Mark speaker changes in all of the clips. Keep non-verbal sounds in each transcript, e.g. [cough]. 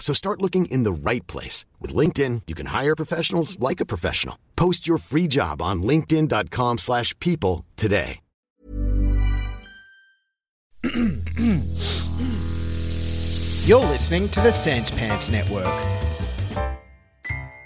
Speaker 1: So start looking in the right place. With LinkedIn, you can hire professionals like a professional. Post your free job on linkedin.com slash people today.
Speaker 2: You're listening to the Sans Pants Network.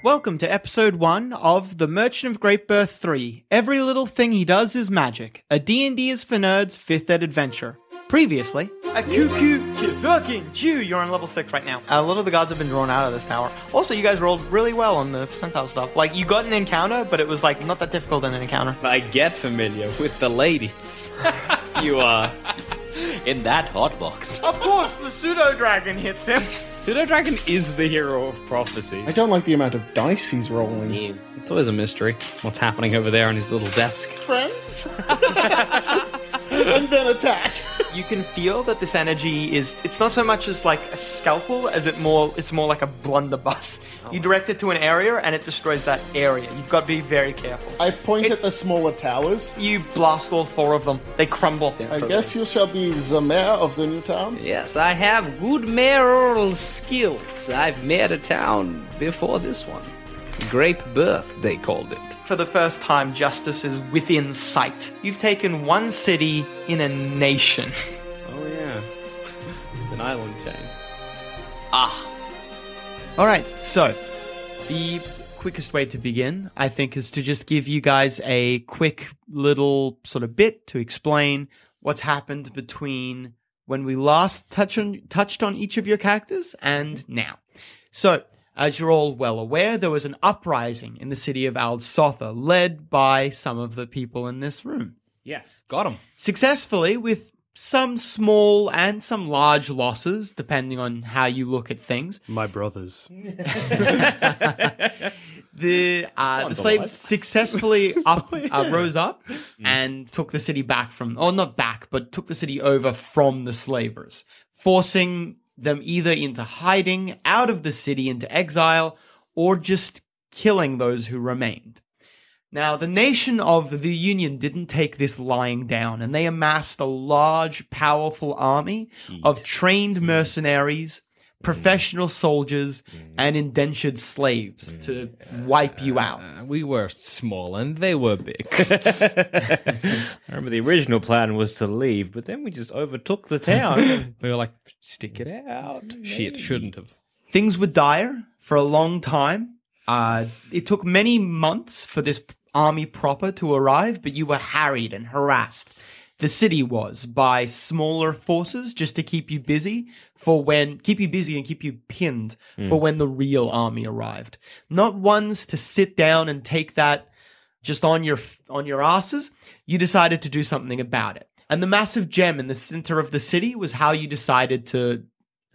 Speaker 3: Welcome to episode 1 of The Merchant of Great Birth 3. Every little thing he does is magic. A D&D is for nerds 5th ed adventure. Previously, a cuckoo ki- fucking Jew. You're on level 6 right now. A lot of the gods have been drawn out of this tower. Also, you guys rolled really well on the percentile stuff. Like you got an encounter, but it was like not that difficult in an encounter.
Speaker 4: I get familiar with the [laughs] ladies. you are in that hot box.
Speaker 3: Of course, the pseudo dragon hits him. [laughs]
Speaker 4: Pseudo Dragon is the hero of prophecies.
Speaker 5: I don't like the amount of dice he's rolling.
Speaker 4: It's always a mystery what's happening over there on his little desk. [laughs]
Speaker 5: Friends? and then attack.
Speaker 3: You can feel that this energy is it's not so much as like a scalpel as it more it's more like a blunderbuss. You direct it to an area and it destroys that area. You've got to be very careful.
Speaker 5: I point at the smaller towers.
Speaker 3: You blast all four of them. They crumble.
Speaker 5: I guess you shall be the mayor of the new town.
Speaker 4: Yes, I have good mayoral skills. I've made a town before this one. Grape Birth, they called it.
Speaker 3: For the first time, justice is within sight. You've taken one city in a nation.
Speaker 4: Oh, yeah. It's an island chain.
Speaker 3: All right, so the quickest way to begin, I think, is to just give you guys a quick little sort of bit to explain what's happened between when we last touch on, touched on each of your characters and now. So, as you're all well aware, there was an uprising in the city of Al Sotha, led by some of the people in this room
Speaker 4: Yes. Got him.
Speaker 3: successfully with some small and some large losses, depending on how you look at things.
Speaker 6: My brothers.
Speaker 3: The uh, the slaves successfully up uh, rose up and took the city back from, or not back, but took the city over from the slavers, forcing them either into hiding out of the city into exile or just killing those who remained. Now, the nation of the Union didn't take this lying down, and they amassed a large, powerful army of trained mercenaries, professional soldiers, and indentured slaves to wipe you out.
Speaker 4: Uh,
Speaker 7: We were small and they were
Speaker 4: [laughs]
Speaker 7: big.
Speaker 4: I remember the original plan was to leave, but then we just overtook the town. and
Speaker 7: we were like, stick it out. Shit, shouldn't have.
Speaker 3: Things were dire for a long time. Uh, it took many months for this army proper to arrive, but you were harried and harassed. The city was by smaller forces just to keep you busy for when keep you busy and keep you pinned for when the real army arrived. Not ones to sit down and take that just on your on your asses, you decided to do something about it. And the massive gem in the center of the city was how you decided to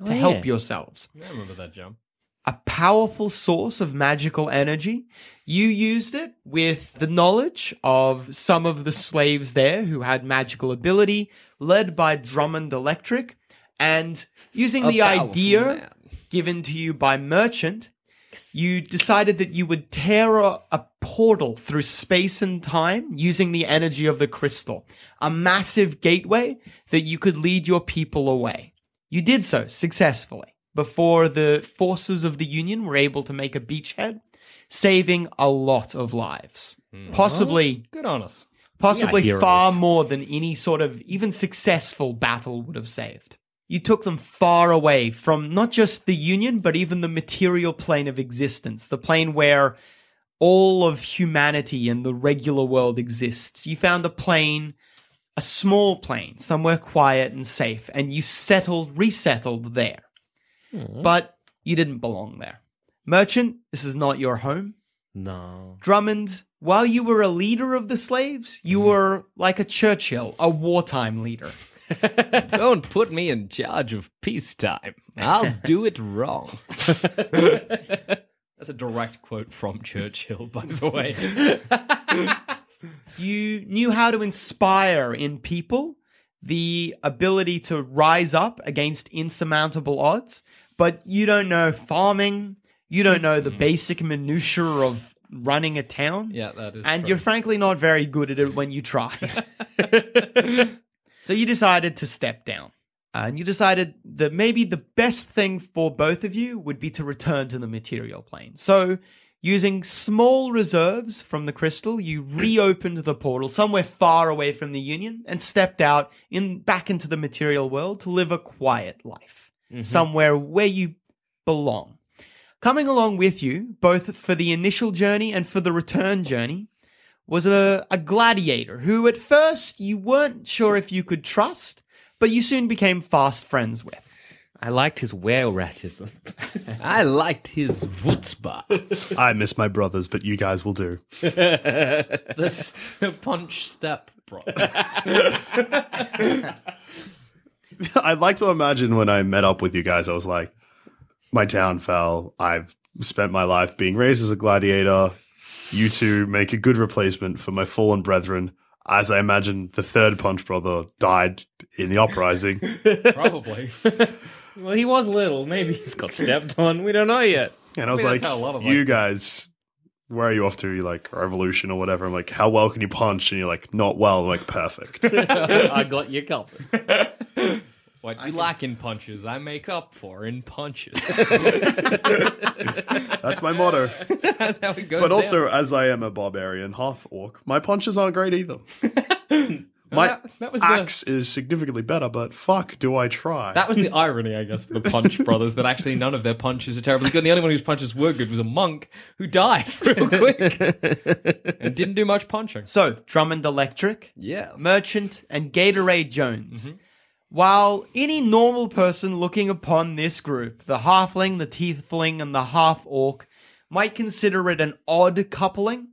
Speaker 3: to help yourselves
Speaker 7: I remember that jump.
Speaker 3: a powerful source of magical energy. You used it with the knowledge of some of the slaves there who had magical ability, led by Drummond Electric, and using the idea given to you by Merchant, you decided that you would tear a, a portal through space and time using the energy of the crystal, a massive gateway that you could lead your people away. You did so successfully before the forces of the Union were able to make a beachhead, saving a lot of lives. Possibly,
Speaker 7: [laughs] Good on us.
Speaker 3: possibly far more than any sort of even successful battle would have saved. You took them far away from not just the Union, but even the material plane of existence, the plane where all of humanity and the regular world exists. You found a plane a small plain, somewhere quiet and safe, and you settled, resettled there. But you didn't belong there. Merchant, this is not your home.
Speaker 6: No.
Speaker 3: Drummond, while you were a leader of the slaves, you
Speaker 7: Mm-hmm.
Speaker 3: were like a Churchill, a wartime leader.
Speaker 4: Don't put me in charge of peacetime. I'll do it wrong.
Speaker 7: That's a direct quote from Churchill, by the way.
Speaker 3: [laughs] You knew how to inspire in people the ability to rise up against insurmountable odds, but you don't know farming, you don't know
Speaker 7: Mm-hmm.
Speaker 3: the basic minutiae of running a town.
Speaker 7: [laughs] yeah, that is.
Speaker 3: and
Speaker 7: true.
Speaker 3: you're frankly not very good at it when you tried. [laughs] so you decided to step down. And you decided that maybe the best thing for both of you would be to return to the material plane. So, using small reserves from the crystal, you reopened the portal somewhere far away from the Union and stepped out in back into the material world to live a quiet life, somewhere where you belong coming along with you, both for the initial journey and for the return journey, was a, a gladiator who at first you weren't sure if you could trust, but you soon became fast friends with.
Speaker 6: I liked his
Speaker 4: [laughs]
Speaker 6: whale ratism.
Speaker 4: I liked his wutzba.
Speaker 8: I miss my brothers, but you guys will do. [laughs]
Speaker 7: this punch step, bro.
Speaker 8: I'd like to imagine when I met up with you guys, I was like, my town fell. I've spent my life being raised as a gladiator. You two make a good replacement for my fallen brethren. As I imagine, the third Punch Brother died in
Speaker 7: [laughs]
Speaker 8: the uprising.
Speaker 7: [laughs] Probably.
Speaker 6: well, he was little. Maybe he's got stepped on. We don't know yet.
Speaker 8: And I was
Speaker 7: mean,
Speaker 8: like,
Speaker 7: that's how a lot of,
Speaker 8: you
Speaker 7: like-
Speaker 8: guys, where are you off to? You're like, revolution or whatever. I'm like, how well can you punch? And you're like, not well. I'm like, perfect.
Speaker 6: [laughs]
Speaker 7: [laughs]
Speaker 6: I got you covered.
Speaker 7: What you lack in punches, I make up for in punches. [laughs]
Speaker 8: That's my motto.
Speaker 7: That's how it goes.
Speaker 8: But also, as I am a barbarian half orc, my punches aren't
Speaker 7: [laughs]
Speaker 8: great either. my
Speaker 7: that- that was the-
Speaker 8: axe is significantly better, but fuck, do I try?
Speaker 7: That was the irony, I guess, for the Punch Brothers that actually none of their punches are terribly good. And the only one whose punches were good was a monk who died [laughs] real
Speaker 4: [laughs]
Speaker 7: quick and didn't do much punching.
Speaker 3: So, Drummond Electric,
Speaker 4: yes.
Speaker 3: Merchant, and Gatorade Jones. While any normal person looking upon this group, the halfling, the tiefling, and the half orc, might consider it an odd coupling,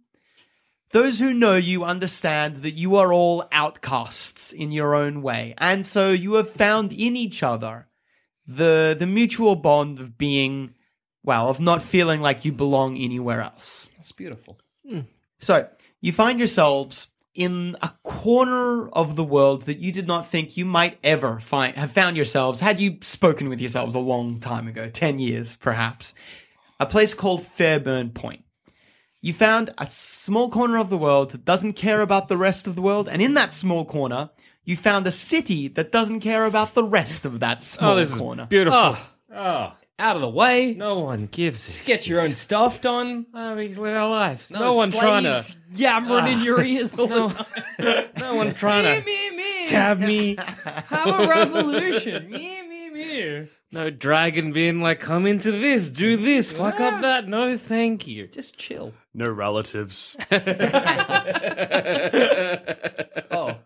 Speaker 3: those who know you understand that you are all outcasts in your own way, and so you have found in each other the the mutual bond of being, well, of not feeling like you belong anywhere else.
Speaker 7: That's beautiful.
Speaker 3: So you find yourselves in a corner of the world that you did not think you might ever find have found yourselves had you spoken with yourselves a long time ago, ten years perhaps. A place called Fairburn Point. You found a small corner of the world that doesn't care about the rest of the world, and in that small corner, you found a city that doesn't care about the rest of that small
Speaker 6: Oh, this
Speaker 3: corner.
Speaker 6: is beautiful. Oh,
Speaker 7: Out of the way.
Speaker 6: no one gives a
Speaker 7: Get your own stuff done.
Speaker 6: Oh, we just live our lives. No, one trying to.
Speaker 7: slaves yammering in your ears all
Speaker 6: No,
Speaker 7: the time.
Speaker 6: [laughs] no one trying to
Speaker 7: me, me.
Speaker 6: stab me.
Speaker 7: [laughs] Have a revolution. me, me, me.
Speaker 6: No dragon being like, come into this, do this, fuck up that. No, thank you.
Speaker 4: Just chill.
Speaker 7: [laughs]
Speaker 8: no relatives. [laughs]
Speaker 4: Oh.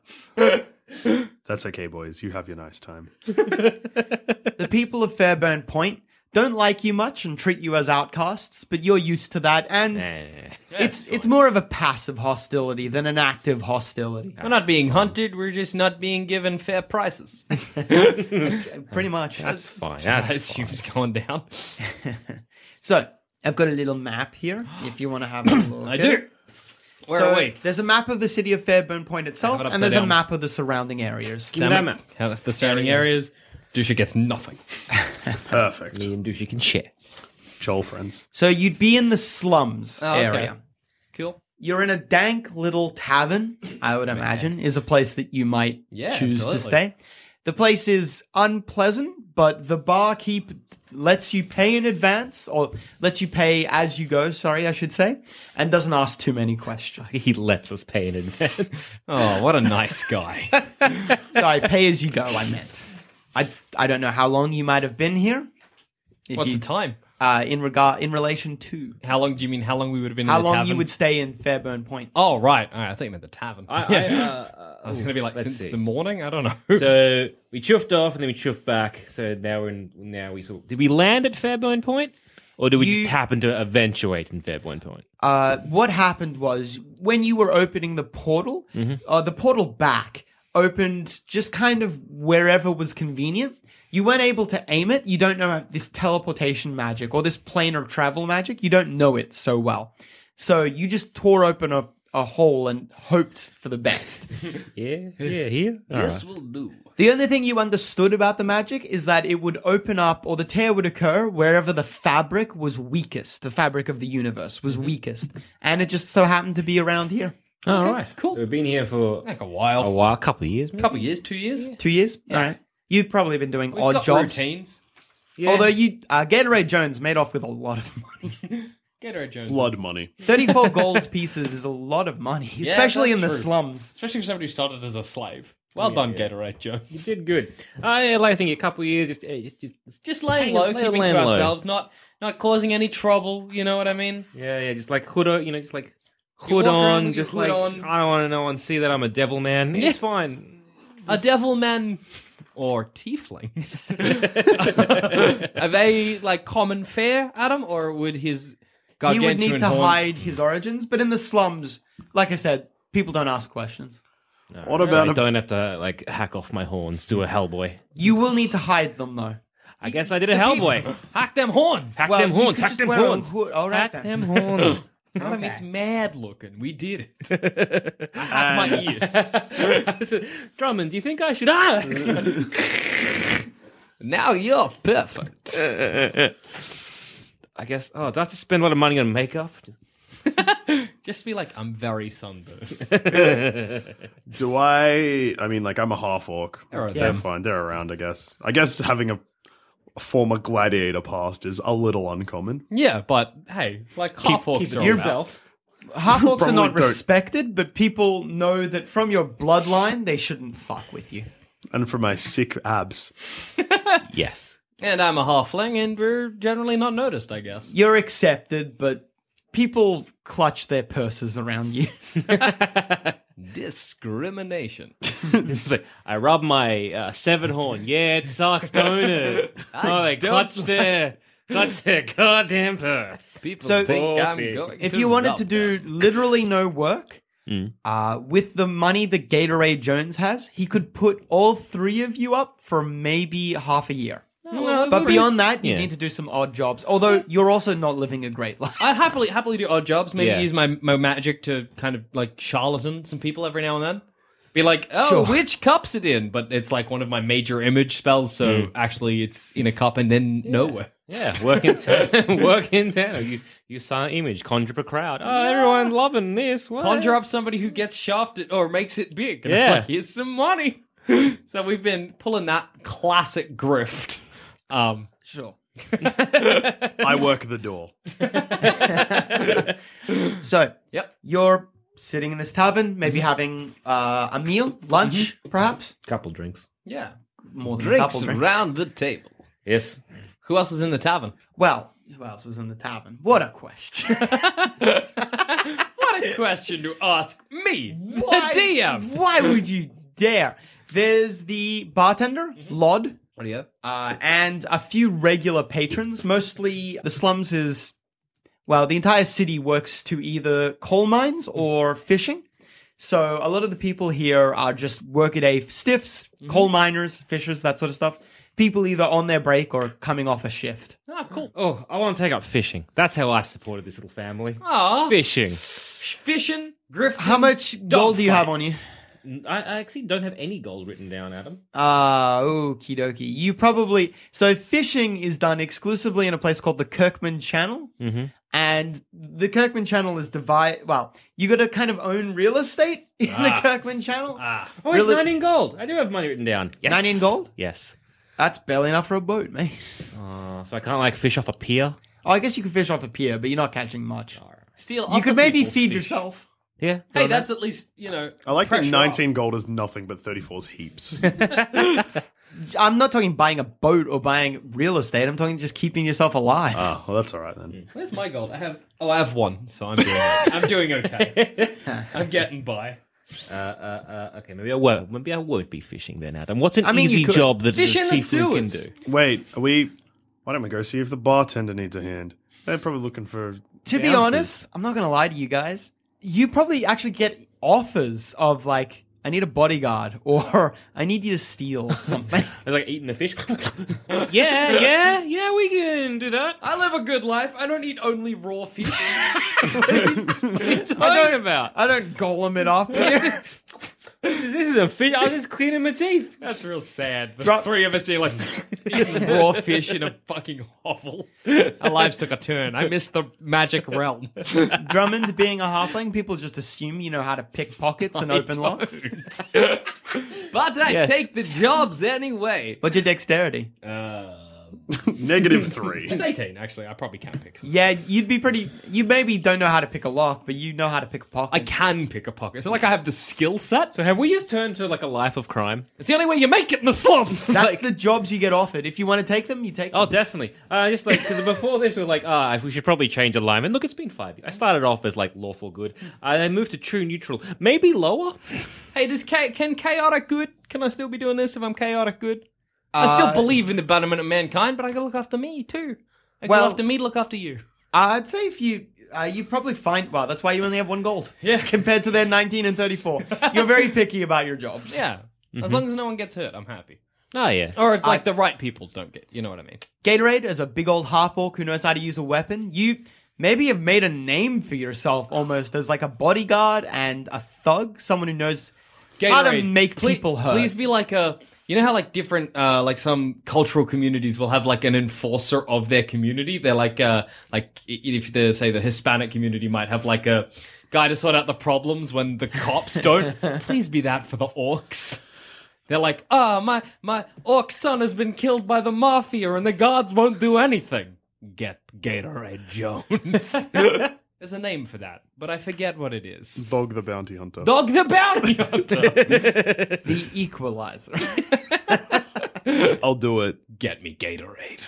Speaker 8: That's okay, boys. You have your nice time.
Speaker 3: the people of Fairburn Point don't like you much and treat you as outcasts, but you're used to that, and it's it's more of a passive hostility than an active hostility.
Speaker 7: We're not being hunted. We're just not being given fair prices.
Speaker 3: Pretty much.
Speaker 6: That's fine.
Speaker 7: I
Speaker 6: That's
Speaker 7: assume it's going down.
Speaker 3: So I've got a little map here. If you want to have
Speaker 7: [coughs]
Speaker 3: a look,
Speaker 7: I
Speaker 3: at
Speaker 7: do.
Speaker 3: it.
Speaker 7: Where
Speaker 3: So
Speaker 7: are we?
Speaker 3: There's a map of the city of Fairburn Point itself,
Speaker 7: it
Speaker 3: and
Speaker 7: upside
Speaker 3: there's a
Speaker 7: down.
Speaker 3: map of the surrounding areas.
Speaker 6: Give me that map.
Speaker 7: How if the surrounding areas, Dusha gets nothing.
Speaker 8: Perfect.
Speaker 6: Me and Douchey [laughs] can share.
Speaker 8: Joel friends.
Speaker 3: So you'd be in the slums
Speaker 7: Oh, okay.
Speaker 3: area.
Speaker 7: Cool.
Speaker 3: You're in a dank little tavern, I would imagine, is a place that you might
Speaker 7: Yeah,
Speaker 3: choose to
Speaker 7: absolutely.
Speaker 3: stay. The place is unpleasant, but the barkeep lets you pay in advance, or lets you pay as you go, sorry, I should say, and doesn't ask too many
Speaker 7: [laughs]
Speaker 3: questions.
Speaker 6: He lets us pay in advance.
Speaker 7: Oh, what a nice
Speaker 6: [laughs]
Speaker 7: guy.
Speaker 3: sorry, pay as you go, I meant. I, I don't know how long you might have been here. If
Speaker 7: What's
Speaker 3: you,
Speaker 7: the time?
Speaker 3: Uh, in regard in relation to
Speaker 7: How long do you mean? How long we would have been?
Speaker 3: how
Speaker 7: in the
Speaker 3: long
Speaker 7: tavern?
Speaker 3: you would stay in Fairburn Point.
Speaker 7: [laughs] Oh right, all right. I thought you meant the tavern.
Speaker 6: I, I, uh,
Speaker 7: I was going to be like
Speaker 6: let's
Speaker 7: since
Speaker 6: see.
Speaker 7: the morning. I don't know.
Speaker 6: So we chuffed off and then we chuffed back. So now we're in, now we sort of, did we land at Fairburn Point, or did we
Speaker 3: You-
Speaker 6: just happen to eventuate in Fairburn Point?
Speaker 3: Uh, what happened was when you were opening the portal, uh, the portal back opened just kind of wherever was convenient. You weren't able to aim it. You don't know how- this teleportation magic or this plane of travel magic. You don't know it so well. So you just tore open a, a hole and hoped for the best.
Speaker 6: Yeah, yeah, here.
Speaker 4: This will do.
Speaker 3: the only thing you understood about the magic is that it would open up or the tear would occur wherever the fabric was weakest. The fabric of the universe was weakest. And it just so happened to be around here.
Speaker 6: All right,
Speaker 4: cool.
Speaker 6: So we've been here for
Speaker 7: [laughs] like a while.
Speaker 6: a while, couple of years, maybe?
Speaker 4: Couple years, two years.
Speaker 3: Two years? All right. You've probably been doing
Speaker 7: We've
Speaker 3: odd
Speaker 7: got
Speaker 3: jobs.
Speaker 7: routines.
Speaker 6: Yeah.
Speaker 3: Although you, uh, Gatorade Jones made off with a lot of money.
Speaker 7: Gatorade Jones.
Speaker 8: Blood money.
Speaker 6: [laughs]
Speaker 3: 34 gold pieces is a lot of money, especially
Speaker 7: that's
Speaker 3: in the
Speaker 7: true.
Speaker 3: slums.
Speaker 7: especially for somebody who started as a slave. Well done, Gatorade Jones.
Speaker 6: You did good. I like I think a couple of years, just eh, just just,
Speaker 4: Just laying
Speaker 6: Hang
Speaker 4: low,
Speaker 6: on, lay-
Speaker 4: keeping to
Speaker 6: laying low.
Speaker 4: ourselves, not not causing any trouble. You know what I mean?
Speaker 6: yeah, yeah, just like hood, o- you know, just like
Speaker 4: You
Speaker 6: hood
Speaker 4: walk around
Speaker 6: on,
Speaker 4: with your
Speaker 6: just
Speaker 4: hood
Speaker 6: like
Speaker 4: on.
Speaker 6: I don't want to know and see that I'm a devil man.
Speaker 4: Yeah.
Speaker 6: It's fine.
Speaker 4: A devil man or
Speaker 6: [laughs]
Speaker 4: tieflings? Are they like common fare, Adam, or would his
Speaker 3: He
Speaker 4: gargantuan
Speaker 3: would need to
Speaker 4: horn-
Speaker 3: hide his origins, but in the slums, like I said, people don't ask questions.
Speaker 8: What about
Speaker 6: I
Speaker 8: a-
Speaker 6: don't have to like hack off my horns, do a Hellboy.
Speaker 3: You will need to hide them, though.
Speaker 6: I guess I did a Hellboy.
Speaker 4: hack them horns?
Speaker 6: Hack
Speaker 3: Well,
Speaker 6: them
Speaker 3: you
Speaker 6: horns.
Speaker 3: could
Speaker 6: Hack
Speaker 3: just
Speaker 6: them
Speaker 3: wear a
Speaker 6: horns.
Speaker 3: hood. All right
Speaker 6: hack
Speaker 3: then.
Speaker 4: [laughs]
Speaker 6: them horns.
Speaker 4: Adam, it's mad looking. We did it. [laughs]
Speaker 6: hack
Speaker 4: Uh,
Speaker 6: my ears. Drummond, do you think I should? Ah!
Speaker 4: [laughs] Now you're perfect.
Speaker 6: [laughs] I guess. Oh, do I have to spend a lot of money on makeup?
Speaker 4: Just be like, I'm very sunburned. [laughs]
Speaker 8: Do I? I mean, like I'm a half orc.
Speaker 4: They're-
Speaker 8: They're fine. They're around. I guess. I guess having a, a former gladiator past is a little uncommon.
Speaker 4: yeah, but hey, like half orcs
Speaker 6: keep it
Speaker 4: are
Speaker 6: to
Speaker 4: all
Speaker 6: yourself.
Speaker 3: Half orcs are
Speaker 8: Probably
Speaker 3: not
Speaker 8: don't.
Speaker 3: respected, but people know that from your bloodline, they shouldn't fuck with you.
Speaker 8: And for my sick abs,
Speaker 6: Yes.
Speaker 4: about. And I'm a halfling, and we're generally not noticed, I guess.
Speaker 3: You're accepted, but people clutch their purses around you.
Speaker 4: [laughs] Discrimination.
Speaker 6: [laughs] It's like, I rub my uh, severed horn. Yeah, it sucks,
Speaker 4: [laughs]
Speaker 6: don't it? oh, they clutch their, clutch their goddamn
Speaker 4: [laughs]
Speaker 6: purse.
Speaker 4: People
Speaker 3: So-
Speaker 4: think I'm
Speaker 6: Bullshit.
Speaker 4: going
Speaker 3: if
Speaker 4: to
Speaker 3: you wanted
Speaker 4: love
Speaker 3: to do literally no work uh, with the money that Gatorade Jones has, he could put all three of you up for maybe half a year.
Speaker 4: them. No,
Speaker 3: But beyond that, you
Speaker 6: Yeah.
Speaker 3: need to do some odd jobs. Although you're also not living a great life.
Speaker 4: I happily happily do odd jobs. Maybe
Speaker 6: Yeah.
Speaker 4: use my, my magic to kind of like charlatan some people every now and then. Be like, oh,
Speaker 3: Sure.
Speaker 4: which cup's it in? But it's like one of my major image spells, so actually it's in a cup and then nowhere.
Speaker 6: Yeah, work in town. [laughs] work in town. You you saw an image, conjure up a crowd. Oh, everyone loving this. What?
Speaker 4: Conjure up somebody who gets shafted or makes it big. And I'm
Speaker 6: Yeah.
Speaker 4: like, here's some money. [laughs] so we've been pulling that classic grift. Um,
Speaker 3: Sure.
Speaker 8: I work the door.
Speaker 3: So,
Speaker 4: Yep. Mm-hmm.
Speaker 3: you're sitting in this tavern, maybe having uh, a meal, lunch, perhaps.
Speaker 6: Couple drinks.
Speaker 4: yeah.
Speaker 3: More than a couple
Speaker 4: Mm-hmm. Drinks
Speaker 3: drinks.
Speaker 4: around the table.
Speaker 6: Yes.
Speaker 4: Who else is in the tavern? [laughs]
Speaker 3: Well, who else is in the tavern? What a question.
Speaker 4: What a question to ask me,
Speaker 3: Why-
Speaker 4: [laughs] the DM.
Speaker 3: Why would you dare? There's the bartender,
Speaker 4: Mm-hmm.
Speaker 3: Lod,
Speaker 4: What do you have?
Speaker 3: uh, and a few regular patrons. Mostly the slums is, well, the entire city works to either coal mines or fishing. So a lot of the people here are just workaday stiffs, coal miners, fishers, that sort of stuff. People either on their break or coming off a shift.
Speaker 4: Oh, cool.
Speaker 6: Oh, I want to take up fishing. That's how I've supported this little family.
Speaker 4: Aw.
Speaker 6: Fishing.
Speaker 4: Fishing, grifting.
Speaker 3: How much gold do you have on you?
Speaker 4: fights.
Speaker 6: I, I actually don't have any gold written down, Adam.
Speaker 3: Ah, okie dokie. You probably so fishing is done exclusively in a place called the Kirkman Channel,
Speaker 6: Mhm.
Speaker 3: and the Kirkman Channel is divide. Well, you got to kind of own real estate in the Kirkman Channel.
Speaker 4: Ah,
Speaker 6: Oh, wait,
Speaker 3: Really-
Speaker 6: nine in gold. I do have money written down. Yes.
Speaker 3: Nine in gold?
Speaker 6: Yes.
Speaker 3: That's barely enough for a boat, mate.
Speaker 6: Uh, so I can't like fish off a pier.
Speaker 3: Oh, I guess you could fish off a pier, but you're not catching much.
Speaker 4: steal.
Speaker 3: You
Speaker 4: other
Speaker 3: could maybe
Speaker 4: people's
Speaker 3: feed
Speaker 4: fish.
Speaker 3: yourself.
Speaker 6: Yeah.
Speaker 4: Hey, that's at least you know.
Speaker 8: I like
Speaker 4: pressure
Speaker 8: that 19 gold is nothing, but 34 is heaps. [laughs]
Speaker 3: I'm not talking buying a boat or buying real estate. I'm talking just keeping yourself alive.
Speaker 8: Ah, well, that's all right then.
Speaker 4: off. Where's [laughs] my gold? I have. Oh, I have one, so [laughs] I'm doing. I'm doing okay. I'm getting by.
Speaker 6: Uh, uh, uh, okay, maybe I won't. Maybe I won't be fishing then, Adam. What's an
Speaker 3: I mean, you
Speaker 6: easy
Speaker 3: could-
Speaker 6: job that
Speaker 4: Fish
Speaker 6: a
Speaker 4: in the
Speaker 6: tiefling can
Speaker 4: sewers.
Speaker 6: do?
Speaker 8: Wait, are we? Why don't we go see if the bartender needs a hand? They're probably looking for.
Speaker 3: To be
Speaker 6: Bouncers.
Speaker 3: honest, I'm not gonna lie to you guys. You probably actually get offers of like, I need a bodyguard, [laughs] or I need you to [laughs] steal something.
Speaker 6: It's like eating the fish. [laughs] yeah, yeah, yeah. We can do that.
Speaker 4: I live a good life. I don't eat only raw [laughs] fish.
Speaker 6: What are you talking about?
Speaker 3: I don't golem it up.
Speaker 6: This is a fish. I was just cleaning my teeth.
Speaker 4: That's real sad. The
Speaker 3: Drop-
Speaker 4: three of us being like [laughs] eating raw fish in a fucking hovel. Our lives took a turn. I missed the magic [laughs] realm.
Speaker 3: [laughs] Drummond being a halfling, people just assume you know how to pick pockets and open locks.
Speaker 9: But I
Speaker 6: Yes.
Speaker 9: take the jobs anyway.
Speaker 3: What's your dexterity?
Speaker 8: Negative three.
Speaker 4: It's 18, actually. I probably can pick some.
Speaker 3: Yeah, you'd be pretty. You maybe don't know how to pick a lock, but you know how to pick a pocket.
Speaker 4: I can pick a pocket. So, like, I have the skill set.
Speaker 6: So have we [laughs] just turned to like a life of crime?
Speaker 4: It's the only way you make it in the slums.
Speaker 3: That's
Speaker 4: Like,
Speaker 3: the jobs you get offered. If you want to take them, you take.
Speaker 6: Oh,
Speaker 3: them.
Speaker 6: definitely. Uh, just like because before this, we are like, ah, we should probably change alignment. Look, it's been five years. I started off as like lawful good. I then moved to true neutral, maybe lower.
Speaker 4: hey, this cha- can chaotic good? Can I still be doing this if I'm chaotic good? I still
Speaker 3: Uh,
Speaker 4: believe in the betterment of mankind, but I gotta look after me too. I gotta
Speaker 3: Well-
Speaker 4: look after me, look after [laughs] you.
Speaker 3: I'd say if you. Uh, you probably find well. That's why you only have one gold. [laughs]
Speaker 4: Yeah.
Speaker 3: compared to their nineteen and thirty-four, you're very picky about your jobs.
Speaker 4: Yeah. As long as no one gets hurt, I'm happy.
Speaker 6: Oh yeah.
Speaker 4: Mm-hmm. Or it's like the right people don't get. You know what I mean?
Speaker 3: Gatorade is a big old harp orc who knows how to use a weapon. You maybe have made a name for yourself almost as like a bodyguard and a thug, someone who knows how to
Speaker 4: Gatorade,
Speaker 3: make
Speaker 4: ple-
Speaker 3: people hurt.
Speaker 4: Please be like a. You know how like different, uh, like some cultural communities will have like an enforcer of their community. They're like, uh, like i- if they say the Hispanic community might have like a guy to sort out the problems when the cops don't.
Speaker 3: [laughs]
Speaker 4: Please be that for the orcs. They're like, ah, my my orc son has been killed by the mafia, and the guards won't do anything. Get Gatorade Jones.
Speaker 3: [laughs]
Speaker 4: There's a name for that, but I forget what it is.
Speaker 8: Bog the bounty hunter.
Speaker 4: Dog the bounty hunter.
Speaker 3: the equalizer.
Speaker 4: [laughs]
Speaker 8: I'll do it.
Speaker 4: Get me Gatorade.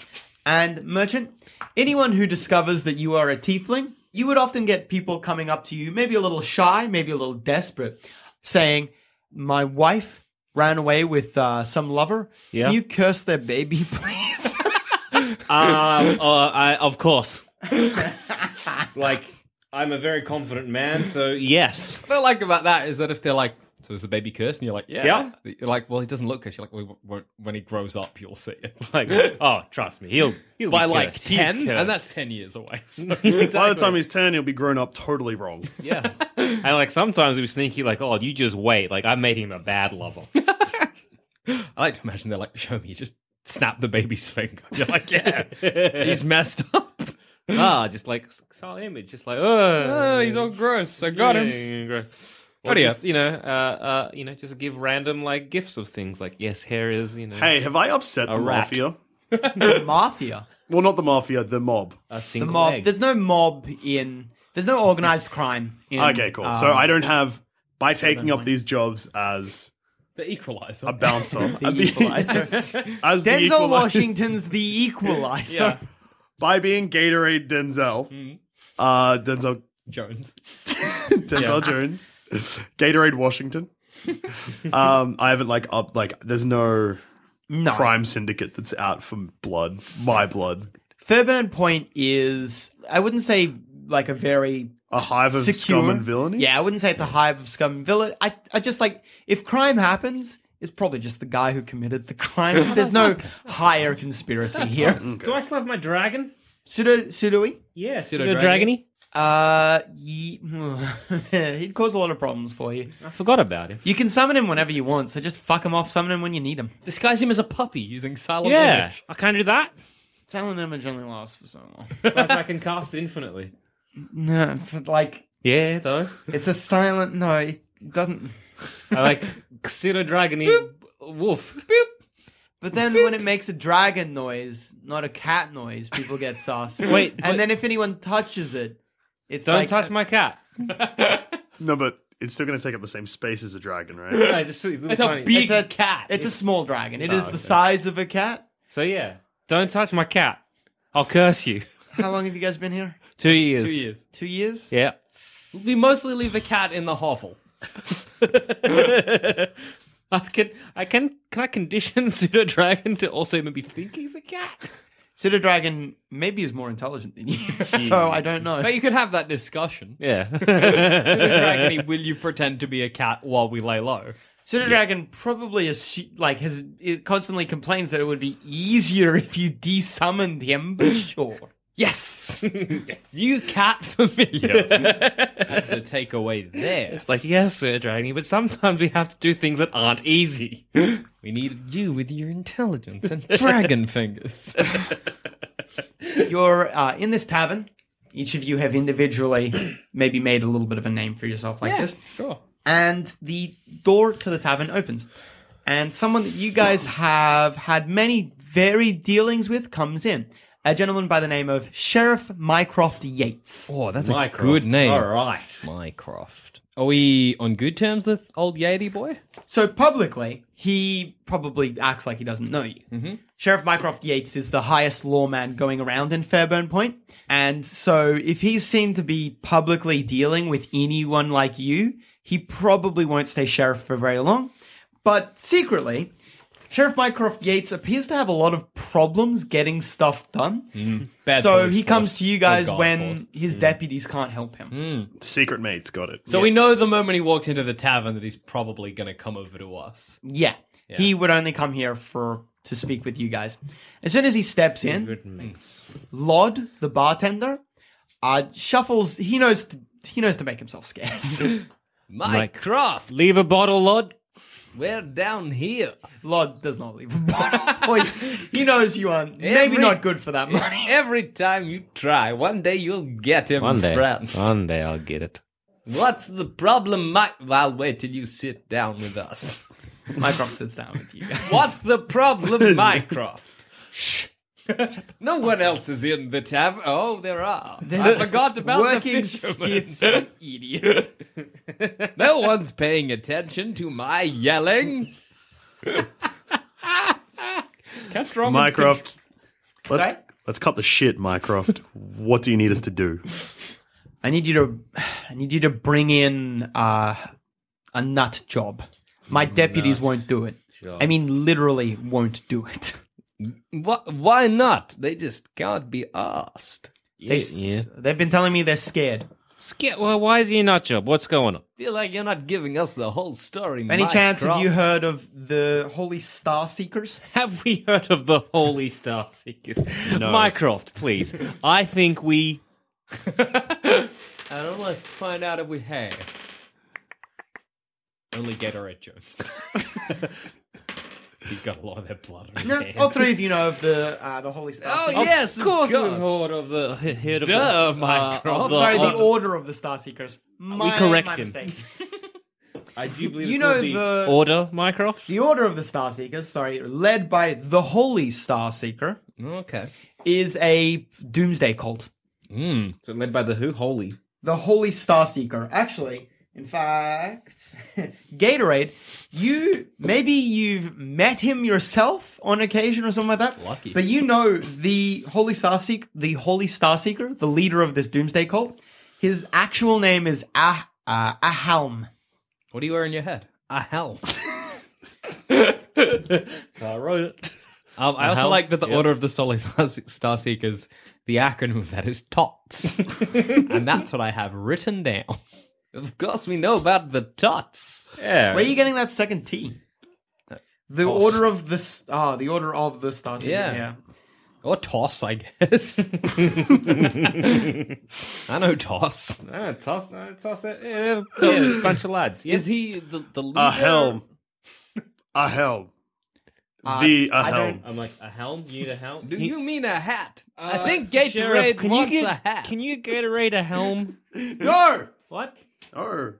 Speaker 3: and merchant, anyone who discovers that you are a tiefling, you would often get people coming up to you, maybe a little shy, maybe a little desperate, saying, "My wife ran away with uh, some lover.
Speaker 6: Yeah.
Speaker 3: Can you curse their baby, [laughs] please?"
Speaker 6: Um, uh, I, of course. like, I'm a very confident man, so [laughs] yes.
Speaker 4: What I like about that is that if they're like, so is the baby cursed? And you're like, yeah. You're like, well, he doesn't look cursed. You're like, well, he won't- when he grows up, you'll see it.
Speaker 6: Like, oh, trust me, he'll he'll
Speaker 4: By
Speaker 6: be
Speaker 4: like
Speaker 6: cursed. He's
Speaker 4: 10,
Speaker 6: cursed.
Speaker 4: and that's 10 years away. [laughs] So.
Speaker 6: [laughs]
Speaker 8: By the time he's ten, he'll be grown up totally wrong.
Speaker 6: yeah. [laughs] And like sometimes we sneaky, like, oh, you just wait. Like I made him a bad lover. [laughs]
Speaker 4: I like to imagine they're like, show me, just snap the baby's finger. [laughs] You're like,
Speaker 6: [laughs]
Speaker 4: yeah, he's messed up.
Speaker 6: ah, just like solid image, just like, oh,
Speaker 4: Oh, he's all gross. I got him.
Speaker 6: Or
Speaker 4: What do you-
Speaker 6: just, you know, uh, uh, you know, just give random like gifts of things like yes, here is you know
Speaker 8: Hey, have I upset
Speaker 6: A
Speaker 8: the
Speaker 6: rat.
Speaker 8: mafia?
Speaker 3: the mafia.
Speaker 8: Well, not the mafia, the mob.
Speaker 6: a
Speaker 3: the
Speaker 6: single
Speaker 3: mob.
Speaker 6: egg.
Speaker 3: There's no mob in. There's no organized crime. In,
Speaker 8: Okay, cool. so
Speaker 3: um,
Speaker 8: I don't have by taking up these jobs as
Speaker 4: The equalizer.
Speaker 8: a bouncer.
Speaker 3: The
Speaker 8: [laughs] I'd be-
Speaker 3: equalizer.
Speaker 8: as the
Speaker 3: Denzel
Speaker 8: equali-
Speaker 3: Washington's the equalizer.
Speaker 8: by being Gatorade Denzel. Uh, Denzel
Speaker 4: Jones.
Speaker 8: [laughs] Denzel Jones, Gatorade Washington. um, I haven't like up like there's no
Speaker 3: [laughs] No.
Speaker 8: crime syndicate that's out for blood, my blood.
Speaker 3: Fairburn Point is, I wouldn't say like a very
Speaker 8: A hive of
Speaker 3: secure
Speaker 8: scum and villainy.
Speaker 3: Yeah, I wouldn't say it's a hive of scum and villainy. I, I just like if crime happens, it's probably just the guy who committed the [laughs] crime. There's no higher conspiracy [laughs] here.
Speaker 6: Do I still have my dragon?
Speaker 3: Pseudo Pseudoe?
Speaker 6: Yes,
Speaker 4: Pseudo
Speaker 6: pseudo
Speaker 4: dragony?
Speaker 6: dragony.
Speaker 3: Uh, ye- [laughs] he'd cause a lot of problems for you.
Speaker 6: I forgot about him.
Speaker 3: You can summon him whenever you want, so just fuck him off, summon him when you need him.
Speaker 4: Disguise him as a puppy using silent
Speaker 6: Yeah,
Speaker 4: image.
Speaker 6: I can do that.
Speaker 3: Silent image only lasts for so long.
Speaker 6: Like, I can cast it infinitely.
Speaker 3: [laughs] no, but like
Speaker 6: Yeah, though.
Speaker 3: it's a silent. No, it doesn't.
Speaker 6: I like pseudo dragony wolf.
Speaker 3: But then when it makes a dragon noise, not a cat noise, people get sus.
Speaker 6: [laughs] Wait, but-
Speaker 3: and then if anyone touches it, it's
Speaker 6: Don't
Speaker 3: like, uh,
Speaker 6: touch my cat.
Speaker 8: No, but it's still going to take up the same space as a dragon,
Speaker 3: [laughs]
Speaker 6: No,
Speaker 8: right?
Speaker 6: it's just, it's little
Speaker 4: It's a
Speaker 6: tiny-
Speaker 4: big
Speaker 3: It's a-
Speaker 4: cat.
Speaker 3: It's a small dragon. It is
Speaker 8: Oh,
Speaker 3: the
Speaker 8: okay.
Speaker 3: size of a cat.
Speaker 6: So yeah, don't touch my cat. I'll curse you. [laughs]
Speaker 3: How long have you guys been here?
Speaker 6: Two years.
Speaker 4: two years.
Speaker 3: Two years.
Speaker 6: Yeah.
Speaker 4: We mostly leave the cat in the hovel.
Speaker 6: [laughs] I can I can can I condition [laughs] Pseudo Dragon to also maybe think he's a cat?
Speaker 3: Pseudo Dragon maybe is more intelligent than you, [laughs] so I don't know.
Speaker 7: But you could have that discussion.
Speaker 6: [laughs] Yeah.
Speaker 7: Pseudo Dragony, will you pretend to be a cat while we lay low?
Speaker 3: Pseudo Dragon probably assu- like has it constantly complains that it would be easier if you desummoned him,
Speaker 6: [coughs]
Speaker 3: but sure.
Speaker 6: [laughs]
Speaker 7: Yes! You cat familiar. That's the takeaway there.
Speaker 6: It's like, yes, Sir Dragony, but sometimes we have to do things that aren't easy.
Speaker 7: We needed you with your intelligence
Speaker 6: [laughs]
Speaker 7: and dragon fingers.
Speaker 3: You're uh, in this tavern. Each of you have individually maybe made a little bit of a name for yourself like this.
Speaker 7: sure.
Speaker 3: and the door to the tavern opens. And someone that you guys have had many varied dealings with comes in. A gentleman by the name of Sheriff Mycroft Yates.
Speaker 7: Oh, that's
Speaker 6: Mycroft.
Speaker 7: a good name.
Speaker 6: All right.
Speaker 7: Mycroft. Are we on good terms with old Yady boy?
Speaker 3: So publicly, he probably acts like he doesn't know you.
Speaker 7: Mm-hmm.
Speaker 3: Sheriff Mycroft Yates is the highest lawman going around in Fairburn Point. And so if he's seen to be publicly dealing with anyone like you, he probably won't stay sheriff for very long. But secretly, Sheriff Mycroft Yates appears to have a lot of problems getting stuff done.
Speaker 7: Bad
Speaker 3: so
Speaker 7: police
Speaker 3: he comes
Speaker 7: force.
Speaker 3: to you guys
Speaker 7: Or guard
Speaker 3: when
Speaker 7: force. Mm.
Speaker 3: his deputies can't help him.
Speaker 8: Secret mates got it.
Speaker 7: So we know the moment he walks into the tavern that he's probably going to come over to us.
Speaker 3: Yeah. He would only come here for to speak with you guys. As soon as he steps in,
Speaker 4: Hmm.
Speaker 3: Lod, the bartender, uh, shuffles he knows to, he knows to make himself [laughs] scarce.
Speaker 4: Mycroft,
Speaker 6: Leave a bottle, Lord.
Speaker 4: we're down here.
Speaker 3: Lod does not leave a bottle for you. He knows you aren't maybe
Speaker 4: Every-
Speaker 3: not good for that money.
Speaker 4: Every time you try, one day you'll get him,
Speaker 6: One day.
Speaker 4: friend.
Speaker 6: One day I'll get it.
Speaker 4: What's the problem, Mike? I'll wait till you sit down
Speaker 3: [laughs]
Speaker 4: with us.
Speaker 3: Mycroft sits down with [laughs] you guys.
Speaker 4: What's
Speaker 3: [laughs]
Speaker 4: the problem, Mycroft? Shh. No one else is in the tavern. Oh, there are. I forgot about
Speaker 3: Working
Speaker 4: the fisherman.
Speaker 3: stiff's an idiot.
Speaker 4: No one's paying attention to my yelling.
Speaker 8: Mycroft, let's let's cut the shit, Mycroft. what do you need us to do?
Speaker 3: [laughs] I need you to I need you to bring in uh, a nut job. My deputies won't do it. I mean literally won't do it.
Speaker 4: Wh- why not? They just can't be asked.
Speaker 3: They, s- They've been telling me they're scared.
Speaker 6: Skip, well, why is he a nut job? What's going on?
Speaker 4: Feel like you're not giving us the whole story.
Speaker 3: Any chance have you
Speaker 4: Mycroft.
Speaker 3: heard of the Holy Star Seekers?
Speaker 6: Have we heard of the Holy Star Seekers? Mycroft, please. I think we.
Speaker 7: I don't want to Uh, find out if we have. Only Gatorade
Speaker 6: [laughs]
Speaker 7: Jones. He's got a lot of that blood on his
Speaker 3: No,
Speaker 7: hands.
Speaker 6: [laughs]
Speaker 3: all three of you know of the uh, the Holy Star
Speaker 4: Oh,
Speaker 3: Seekers.
Speaker 4: yes,
Speaker 6: of course,
Speaker 4: of
Speaker 6: we've
Speaker 4: course.
Speaker 6: heard of the. Heard of
Speaker 7: Duh,
Speaker 6: the, uh,
Speaker 7: Mycroft.
Speaker 6: of
Speaker 3: Sorry,
Speaker 6: of
Speaker 3: the Order of the Star Seekers. My,
Speaker 6: correct
Speaker 3: my
Speaker 6: him. [laughs]
Speaker 3: mistake.
Speaker 6: I do believe
Speaker 3: You
Speaker 6: it's
Speaker 3: know
Speaker 6: called
Speaker 3: the-
Speaker 6: Order, Mycroft?
Speaker 3: The Order of the Star Seekers, sorry, led by the Holy Star Seeker,
Speaker 7: Okay.
Speaker 3: is a doomsday cult.
Speaker 7: Mm.
Speaker 6: So led by the who? Holy.
Speaker 3: the Holy Star Seeker. Actually, in fact, [laughs] Gatorade, you maybe you've met him yourself on occasion or something like that.
Speaker 7: Lucky.
Speaker 3: But you know the Holy Star Seeker, the Holy Star Seeker, the leader of this Doomsday cult. His actual name is ah- uh, Ahalm.
Speaker 7: What do you wear in your head? A helm.
Speaker 3: [laughs]
Speaker 6: I wrote it.
Speaker 7: Um, I also
Speaker 6: helm?
Speaker 7: like that the
Speaker 6: Yeah.
Speaker 7: Order of the Solar Star Seekers, the acronym of that is TOTS.
Speaker 6: [laughs]
Speaker 7: and that's what I have written down.
Speaker 4: Of course, we know about the tots.
Speaker 6: Yeah.
Speaker 3: Where are you getting that second T? The order of the S- ah, the order of the Star Seeker.
Speaker 7: Yeah.
Speaker 3: yeah.
Speaker 7: Or toss, I guess. [laughs] I know toss.
Speaker 6: Ah, toss, ah, toss it. Yeah, so, bunch of lads. Yes.
Speaker 4: Is he the, the leader?
Speaker 8: A helm. A helm. the
Speaker 3: Uh,
Speaker 8: a helm.
Speaker 6: I'm like, a helm? You need a helm?
Speaker 4: Do you mean a hat?
Speaker 6: Uh,
Speaker 4: I think Gatorade
Speaker 6: Sheriff,
Speaker 4: wants
Speaker 6: you get,
Speaker 4: a hat.
Speaker 6: Can you Gatorade a helm?
Speaker 3: No,
Speaker 6: [laughs] what?
Speaker 8: Oh,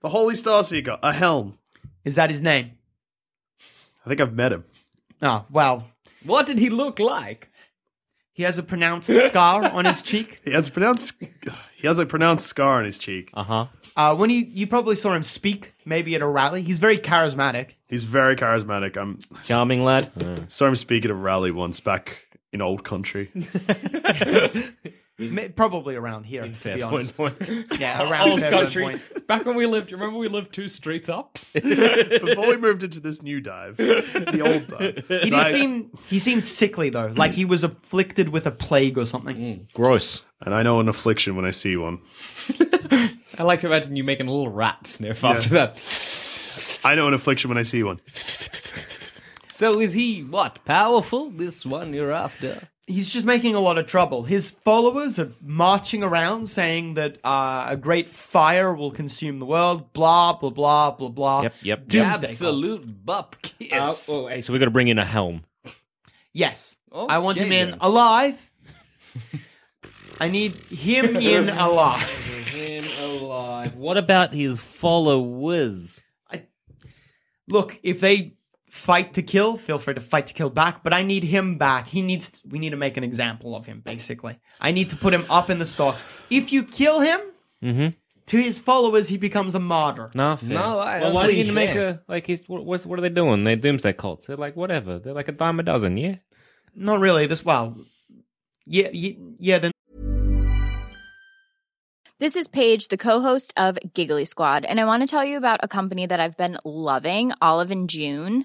Speaker 8: the Holy Star Seeker. A helm.
Speaker 3: is that his name?
Speaker 8: I think I've met him.
Speaker 3: Ah, well,
Speaker 4: What did he look like?
Speaker 3: he has a pronounced scar on his cheek.
Speaker 8: He has pronounced. He has a pronounced scar on his cheek.
Speaker 6: Uh
Speaker 7: Uh-huh.
Speaker 6: huh.
Speaker 3: Uh, when you you probably saw him speak, maybe at a rally. He's very charismatic.
Speaker 8: He's very charismatic. I'm
Speaker 6: Charming lad.
Speaker 8: saw him speak at a rally once back in old country.
Speaker 3: Ma- Probably around here, to be honest. Yeah, around
Speaker 7: Old
Speaker 3: Fairburn
Speaker 7: country.
Speaker 3: Point.
Speaker 7: Back when we lived, you remember we lived two streets up?
Speaker 8: Before we moved into this new dive, the old dive.
Speaker 3: He did seem he seemed sickly though, like he was afflicted with a plague or something.
Speaker 6: Gross.
Speaker 8: And I know an affliction when I see one.
Speaker 7: I like to imagine you making a little rat sniff after that.
Speaker 8: I know an affliction when I see one.
Speaker 4: So is he what powerful? This one you're after?
Speaker 3: He's just making a lot of trouble. His followers are marching around saying that uh, a great fire will consume the world. Blah blah blah blah blah.
Speaker 6: Yep, yep.
Speaker 3: Doomsday cult.
Speaker 4: Absolute bop kiss.
Speaker 6: Uh, oh, hey, so we got to bring in a helm.
Speaker 3: Yes, I want him
Speaker 7: Okay,
Speaker 3: in
Speaker 7: then.
Speaker 3: alive. [laughs] I need him in alive.
Speaker 6: Him alive. What about his followers?
Speaker 3: Look, if they fight to kill, feel free to fight to kill back. But I need him back. He needs. we need to make an example of him. Basically, I need to put him up in the stocks. If you kill him, to his followers, he becomes a martyr.
Speaker 6: Mm-hmm. No, fair.
Speaker 4: No, I
Speaker 6: Well,
Speaker 4: don't
Speaker 6: why do you
Speaker 4: think
Speaker 6: need to
Speaker 4: so.
Speaker 6: make a like? He's, what, what's- what are they doing? They're doomsday cults. They're like whatever. They're like a dime a dozen. Yeah.
Speaker 3: Not really. This well, yeah, yeah, yeah. Then
Speaker 10: This is Paige, the co-host of Giggly Squad, and I want to tell you about a company that I've been loving, Olive and June.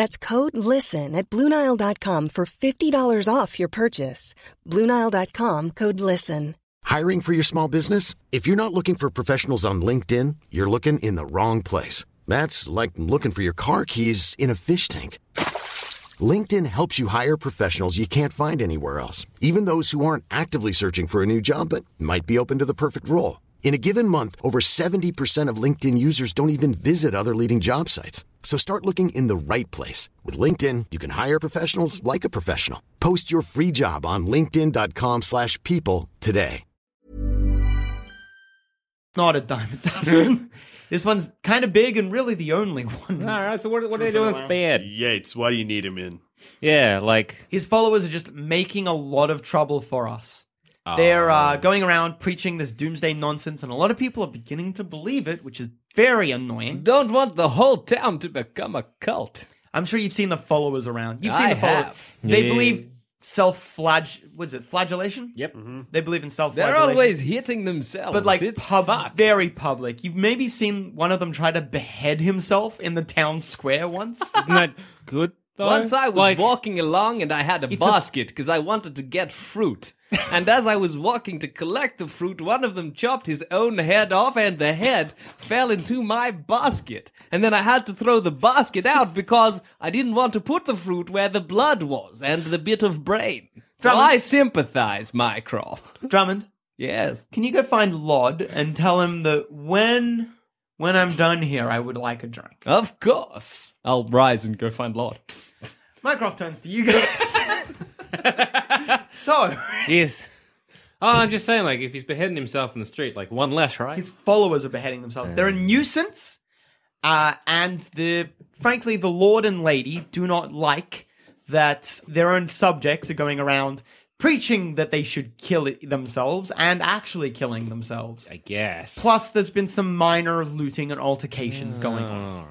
Speaker 11: That's code LISTEN at Bluenile.com for $50 off your purchase. Bluenile.com code LISTEN.
Speaker 1: Hiring for your small business? If you're not looking for professionals on LinkedIn, you're looking in the wrong place. That's like looking for your car keys in a fish tank. LinkedIn helps you hire professionals you can't find anywhere else, even those who aren't actively searching for a new job but might be open to the perfect role. In a given month, over 70% of LinkedIn users don't even visit other leading job sites. So start looking in the right place. With LinkedIn, you can hire professionals like a professional. Post your free job on linkedin.com/people slash people today.
Speaker 3: not a dime a dozen.
Speaker 6: [laughs]
Speaker 3: this one's kind of big and really the only
Speaker 4: Mm-hmm.
Speaker 3: one.
Speaker 6: All right. So what, what are they doing? It's bad.
Speaker 8: Yates, why do you need him in?
Speaker 6: Yeah. Like
Speaker 3: His followers are just making a lot of trouble for us.
Speaker 6: Ah.
Speaker 3: They're uh, going around preaching this doomsday nonsense, and a lot of people are beginning to believe it, which is very annoying.
Speaker 4: Don't want the whole town to become a cult.
Speaker 3: I'm sure you've seen the followers around. You've seen
Speaker 4: I
Speaker 3: the followers.
Speaker 4: have.
Speaker 3: They
Speaker 6: Yeah.
Speaker 3: believe self flagg was it flagellation?
Speaker 6: Yep.
Speaker 4: Mm-hmm.
Speaker 3: They believe in self
Speaker 4: They're
Speaker 3: flagellation.
Speaker 4: always hitting themselves.
Speaker 3: but like
Speaker 4: it's
Speaker 3: pub-
Speaker 4: fucked.
Speaker 3: very public. You've maybe seen one of them try to behead himself in the town square
Speaker 4: [laughs]
Speaker 3: once.
Speaker 6: Isn't that good? Though?
Speaker 4: Once I was
Speaker 6: like,
Speaker 4: walking along and I had a
Speaker 3: It's a-
Speaker 4: basket because I wanted to get
Speaker 7: [laughs]
Speaker 4: fruit. and as I was walking to collect the fruit, one of them chopped his own head off and
Speaker 7: [laughs]
Speaker 4: the head fell into my basket. And then I had to throw the basket out because I didn't want to put the fruit where the blood was and the bit of brain. So
Speaker 3: Drummond.
Speaker 4: I sympathize, Mycroft.
Speaker 3: Drummond,
Speaker 4: Yes.
Speaker 3: can you go find Lod and tell him that when when I'm done here, I would like a drink.
Speaker 4: Of course.
Speaker 7: I'll rise and go find Lord. [laughs]
Speaker 3: Mycroft turns to you
Speaker 4: [laughs]
Speaker 3: guys. so,
Speaker 6: yes. Oh, I'm just saying, like, if he's beheading himself in the street, like one less, right?
Speaker 3: his followers are beheading themselves. They're a nuisance, uh, and the frankly, the lord and lady do not like that their own subjects are going around preaching that they should kill it themselves and actually killing themselves.
Speaker 6: I guess.
Speaker 3: Plus, there's been some minor looting and altercations going on.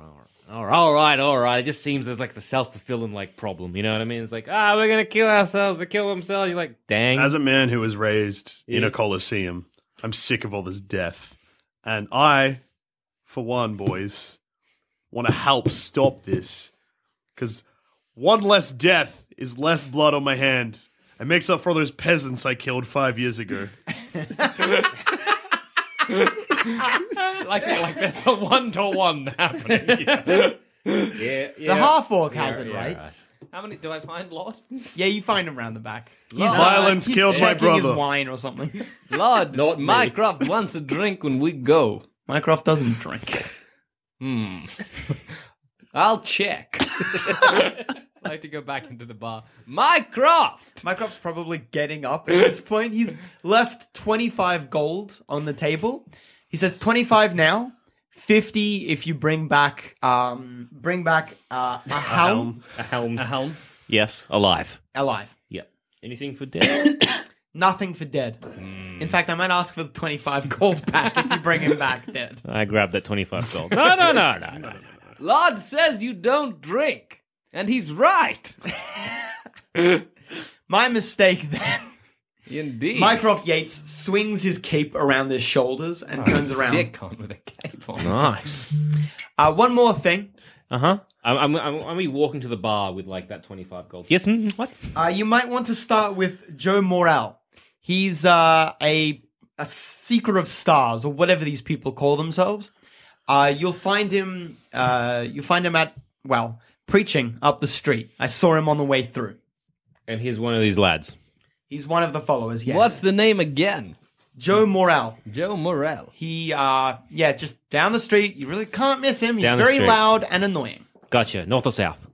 Speaker 6: All right, all right, all right. It just seems there's like the self fulfilling like problem. You know what I mean? It's like, ah, we're gonna kill ourselves. They kill themselves. You're like, dang.
Speaker 8: As a man who was raised in
Speaker 6: Mm-hmm. Yeah.
Speaker 8: a coliseum, I'm sick of all this death. And I, for one, boys, want to help stop this. Because one less death is less blood on my hand. It makes up for those peasants I killed five years ago.
Speaker 7: like, like there's a one to one happening.
Speaker 3: yeah,
Speaker 7: yeah.
Speaker 3: The half orc
Speaker 7: Yeah,
Speaker 3: has it,
Speaker 7: yeah,
Speaker 3: right?
Speaker 7: right. How many do I find, Lord?
Speaker 3: Yeah, you find him round the back.
Speaker 4: Lord. Violence
Speaker 3: he's
Speaker 4: killed my
Speaker 3: checking his
Speaker 4: brother.
Speaker 3: wine or something. [laughs]
Speaker 4: Lord, Mycroft wants a drink when we go.
Speaker 3: Mycroft doesn't drink.
Speaker 4: Hmm.
Speaker 7: [laughs]
Speaker 4: I'll check.
Speaker 7: I'd like to go back into the bar.
Speaker 3: Mycroft! Mycroft's probably getting up at [laughs] this point. He's left 25 gold on the table. He says 25 now, 50 if you bring back um bring back uh, a helm
Speaker 6: A helm.
Speaker 3: A helm.
Speaker 6: Yes, alive.
Speaker 3: alive.
Speaker 6: Yep. Anything for [laughs] dead?
Speaker 3: Nothing for dead. In fact, I might ask for the 25 [laughs] gold back if you bring him back dead.
Speaker 6: I grabbed that 25 gold. No, no, no, no, no.
Speaker 4: Lord says you don't drink, and he's right.
Speaker 3: [laughs] My mistake then.
Speaker 4: Indeed.
Speaker 3: Mycroft Yates swings his cape around his shoulders and turns around.
Speaker 4: Sick on with a cape on.
Speaker 6: [laughs] Nice.
Speaker 3: Uh, one more thing.
Speaker 6: Uh huh. I'm, I'm, I'm, I'm gonna be walking to the bar with like that 25 gold. Yes, mm, what?
Speaker 3: Uh, you might want to start with Joe Morel. He's uh, a a seeker of stars, or whatever these people call themselves. Uh, you'll find him. Uh, you find him at well preaching up the street. I saw him on the way through.
Speaker 6: And here's one of these lads.
Speaker 3: He's one of the followers. Yes.
Speaker 4: What's the name again?
Speaker 3: Joe Morel?
Speaker 4: Joe Morel.
Speaker 3: He uh, yeah, just down the street. You really can't miss him. He's
Speaker 6: Down the
Speaker 3: very
Speaker 6: street.
Speaker 3: loud and annoying.
Speaker 6: Gotcha. North or south?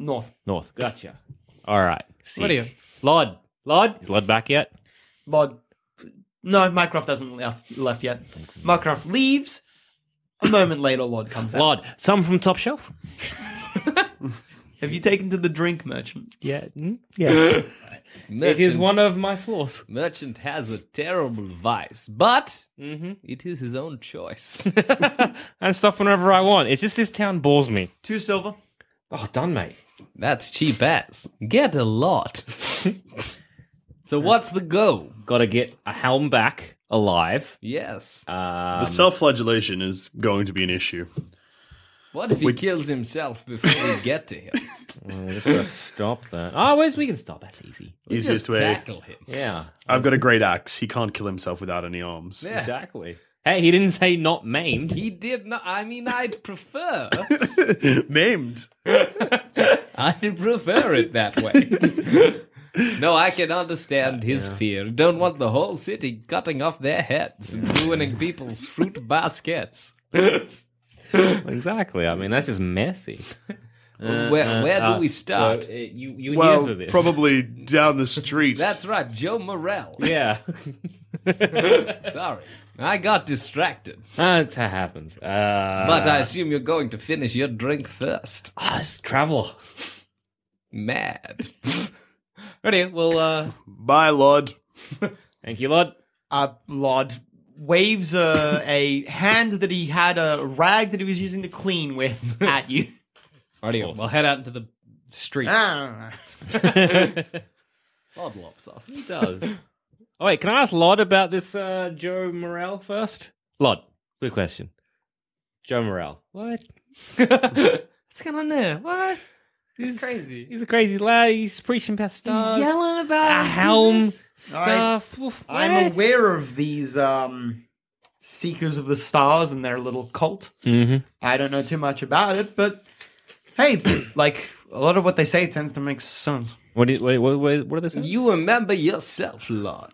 Speaker 3: North.
Speaker 6: North. Gotcha. All right.
Speaker 3: What are you?
Speaker 6: Lod. Lod? Is Lod back yet?
Speaker 3: Lord, no, Mycroft hasn't left, left yet. Mycroft leaves. A moment later, Lord comes out.
Speaker 6: Lod. Some from top shelf?
Speaker 3: Have you taken to the drink merchant?
Speaker 6: Yeah. Hmm?
Speaker 4: [laughs]
Speaker 3: Yes.
Speaker 6: it is one of my flaws.
Speaker 4: Merchant has a terrible vice, but
Speaker 7: Mm-hmm.
Speaker 4: it is his own choice. [laughs]
Speaker 6: and stop whenever I want. It's just this town bores me.
Speaker 3: Two silver.
Speaker 6: Oh, done, mate.
Speaker 4: That's cheap ass. Get
Speaker 7: [laughs]
Speaker 4: a lot. so what's the go?
Speaker 6: Got to get a helm back alive.
Speaker 4: Yes.
Speaker 6: Um,
Speaker 8: the self flagellation is going to be an issue.
Speaker 4: What if he
Speaker 8: We-
Speaker 4: kills himself before we get to
Speaker 6: [laughs]
Speaker 4: him?
Speaker 6: we just gotta stop that. Oh, where's we can stop? That's easy.
Speaker 4: We
Speaker 8: Easiest
Speaker 4: just
Speaker 8: way.
Speaker 4: tackle him.
Speaker 6: Yeah.
Speaker 8: I've got a great axe. He can't kill himself without any arms.
Speaker 4: Yeah.
Speaker 6: Exactly. Hey, he didn't say not maimed.
Speaker 4: He did not. I mean, I'd prefer.
Speaker 8: Maimed.
Speaker 4: I'd prefer it that way.
Speaker 6: [laughs]
Speaker 4: No, I can understand
Speaker 6: Uh,
Speaker 4: his fear. Don't want the whole city cutting off their heads and ruining people's
Speaker 6: [laughs]
Speaker 4: fruit baskets.
Speaker 6: [laughs] exactly. I mean, that's just messy.
Speaker 4: Where- where do we start?
Speaker 6: so, uh, you you here for
Speaker 8: Well,
Speaker 6: this?
Speaker 8: probably down the street.
Speaker 4: That's right, Joe Morel.
Speaker 6: [laughs] Yeah.
Speaker 4: [laughs]
Speaker 6: [laughs]
Speaker 4: Sorry, I got distracted.
Speaker 6: That's how it happens. Uh,
Speaker 4: But uh, I assume you're going to finish your drink first.
Speaker 6: us travel.
Speaker 4: Mad. [laughs] Ready? Well, uh,
Speaker 8: Bye, Lord.
Speaker 6: Thank you, Lord.
Speaker 3: Uh, Lord waves a, a hand that he had a rag that he was using to clean [laughs] with at you.
Speaker 7: Alrighty, we'll head out into the streets.
Speaker 3: Ah.
Speaker 6: [laughs]
Speaker 4: Lord loves us.
Speaker 6: does. Oh wait, can I ask Lod about this uh, Joe Morel first? Lod, good question. Joe Morel, what? [laughs] What's going on there? What? He's
Speaker 4: crazy.
Speaker 6: He's a crazy lad. He's preaching about stars.
Speaker 4: yelling
Speaker 6: a
Speaker 4: about
Speaker 6: helm
Speaker 3: I-
Speaker 6: stuff. Oof,
Speaker 3: I'm
Speaker 6: what?
Speaker 3: aware of these um, seekers of the stars and their little cult.
Speaker 6: Mhm.
Speaker 3: I don't know too much about it, but hey, [clears throat] like a lot of what they say tends to make sense.
Speaker 6: What, did, what, what, what what are they saying?
Speaker 4: You remember yourself, Lord.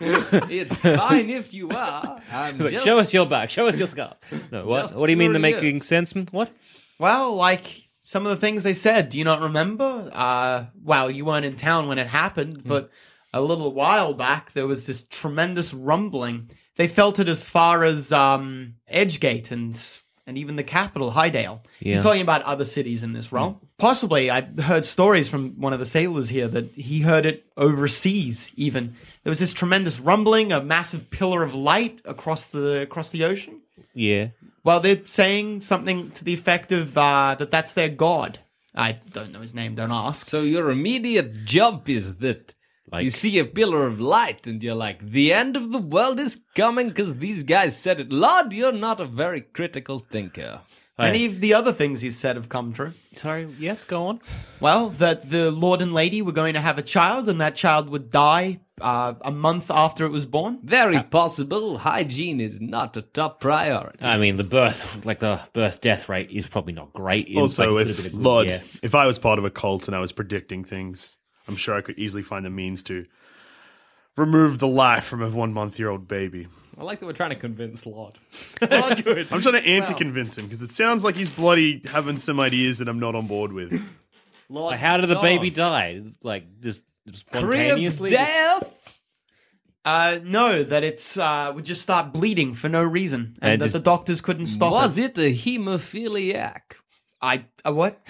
Speaker 4: it's fine if you are. I'm
Speaker 6: Like,
Speaker 4: just
Speaker 6: show us your back. Show us your scarf. No, what?
Speaker 4: Just
Speaker 6: What do you mean they're
Speaker 4: curious.
Speaker 6: making sense? Hmm, What?
Speaker 3: Well, like some of the things they said, do you not remember? Uh, well, you weren't in town when it happened, but a little while back there was this tremendous rumbling. They felt it as far as um, Edgegate and and even the capital, Hydale.
Speaker 6: Yeah.
Speaker 3: He's talking about other cities in this realm. Possibly, I heard stories from one of the sailors here that he heard it overseas. Even there was this tremendous rumbling, a massive pillar of light across the across the ocean.
Speaker 6: Yeah.
Speaker 3: Well, they're saying something to the effect of uh, that that's their god. I don't know his name, don't ask.
Speaker 4: So your immediate jump is that you see a pillar of light and you're like, the end of the world is coming because these guys said it. Lord, you're not a very critical thinker.
Speaker 3: Any of the other things he's said have come true.
Speaker 6: Sorry, yes, go on.
Speaker 3: Well, that the Lord and Lady were going to have a child, and that child would die uh, a month after it was born.
Speaker 4: Very possible. Hygiene is not a top priority.
Speaker 6: I mean, the birth, like the birth death rate, is probably not great. It's
Speaker 8: also,
Speaker 6: like, it
Speaker 8: if
Speaker 6: could've been a good
Speaker 8: Lord,
Speaker 6: guess.
Speaker 8: if I was part of a cult and I was predicting things, I'm sure I could easily find the means to remove the life from a one month year old baby.
Speaker 7: I like that we're trying to convince Lord.
Speaker 8: That's good. I'm trying to anti convince him because it sounds like he's bloody having some ideas that I'm not on board with.
Speaker 7: Lord
Speaker 6: Like, how did
Speaker 4: Oh,
Speaker 6: the baby
Speaker 7: God.
Speaker 6: die? Like just
Speaker 4: Crib
Speaker 6: spontaneously? Just-
Speaker 4: death?
Speaker 3: Uh, no, that it's uh, would just start bleeding for no reason, and,
Speaker 6: And
Speaker 3: that
Speaker 6: just-
Speaker 3: the doctors couldn't stop
Speaker 4: Was
Speaker 3: it.
Speaker 4: it a hemophiliac?
Speaker 3: I uh, what?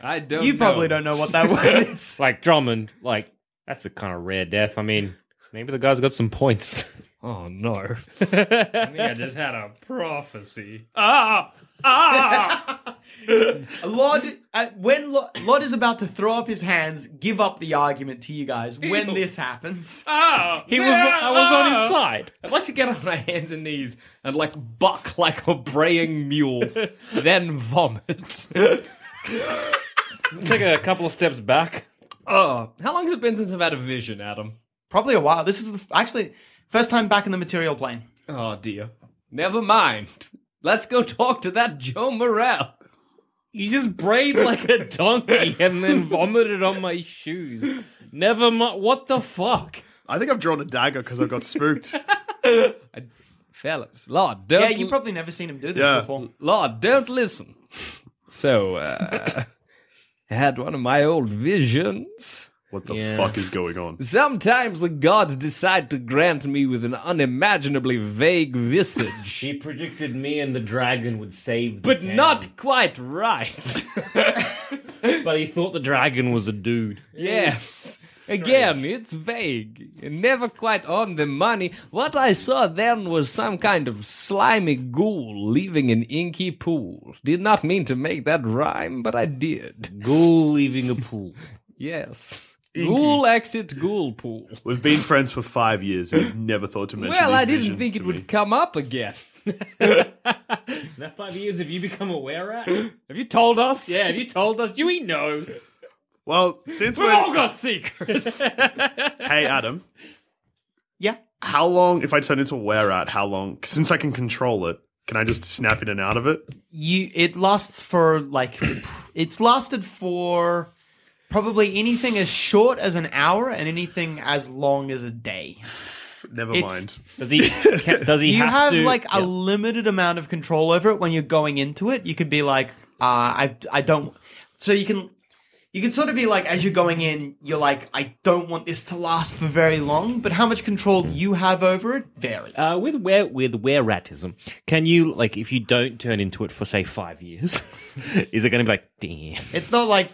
Speaker 4: I don't
Speaker 3: you
Speaker 4: know.
Speaker 3: probably don't know what that word is.
Speaker 6: like Drummond, like that's a kind of rare death. I mean, maybe the guy's got some points.
Speaker 4: Oh, no.
Speaker 7: I think I just had a prophecy.
Speaker 3: Lod, uh, when Lod, Lod is about to throw up his hands, give up the argument to you guys when this happens.
Speaker 6: He was, I was on his side.
Speaker 7: I'd like to get on my hands and knees and like buck like a braying mule,
Speaker 6: [laughs]
Speaker 7: then vomit.
Speaker 4: [laughs]
Speaker 6: Take a couple of steps back.
Speaker 4: Uh,
Speaker 7: Oh, how long has it been since I've had a vision, Adam?
Speaker 3: Probably a while. This is the, actually first time back in the material plane.
Speaker 7: Oh dear.
Speaker 4: Never mind. Let's go talk to that Joe Morel.
Speaker 6: You just brayed like a donkey and
Speaker 4: [laughs]
Speaker 6: then vomited on my shoes. Never mind. What the fuck?
Speaker 8: I think I've drawn a dagger because I got spooked.
Speaker 4: Fellas, Lord, don't.
Speaker 3: Yeah, you've probably never seen him do this
Speaker 8: Yeah.
Speaker 3: before.
Speaker 4: Lord, don't listen. So, uh, I had one of my old visions.
Speaker 8: [laughs] what the fuck is going on?
Speaker 4: Sometimes the gods decide to grant me with an unimaginably vague visage,
Speaker 6: He predicted me and the dragon would save, the
Speaker 4: but
Speaker 6: town.
Speaker 4: not quite right. [laughs]
Speaker 6: But he thought the dragon was a dude.
Speaker 4: Yes. [laughs] Again, it's vague. Never quite on the money. What I saw then was some kind of slimy ghoul leaving an inky pool. Did not mean to make that rhyme, but I did.
Speaker 6: Ghoul leaving a pool.
Speaker 4: [laughs] Yes. Ghoul exit ghoul pool.
Speaker 8: We've been friends for five years and you've never thought to mention
Speaker 4: Well,
Speaker 8: these
Speaker 4: I didn't
Speaker 8: visions
Speaker 4: think
Speaker 8: to
Speaker 4: it
Speaker 8: me.
Speaker 4: would come up again.
Speaker 6: In that five years, have you become aware at?
Speaker 4: Have you told us?
Speaker 6: Yeah, have you told us? Do we know?
Speaker 8: Well, since we're.
Speaker 6: all got secrets.
Speaker 8: hey, Adam.
Speaker 3: Yeah.
Speaker 8: How long, if I turn into a wear out, how long, since I can control it, can I just snap in and out of it?
Speaker 3: You it lasts for like [coughs] it's lasted for probably anything as short as an hour and anything as long as a day.
Speaker 8: Never
Speaker 3: It's-
Speaker 8: mind.
Speaker 6: [laughs] Does he? Can, does he
Speaker 3: you
Speaker 6: have,
Speaker 3: have
Speaker 6: to?
Speaker 3: like a limited amount of control over it when you're going into it. You could be like, uh, I I don't. So you can you can sort of be like as you're going in, you're like, I don't want this to last for very long. But how much control you have over it varies.
Speaker 6: Uh, with where with where ratism, can you like if you don't turn into it for say five years, [laughs] is it going to be like damn?
Speaker 3: It's not like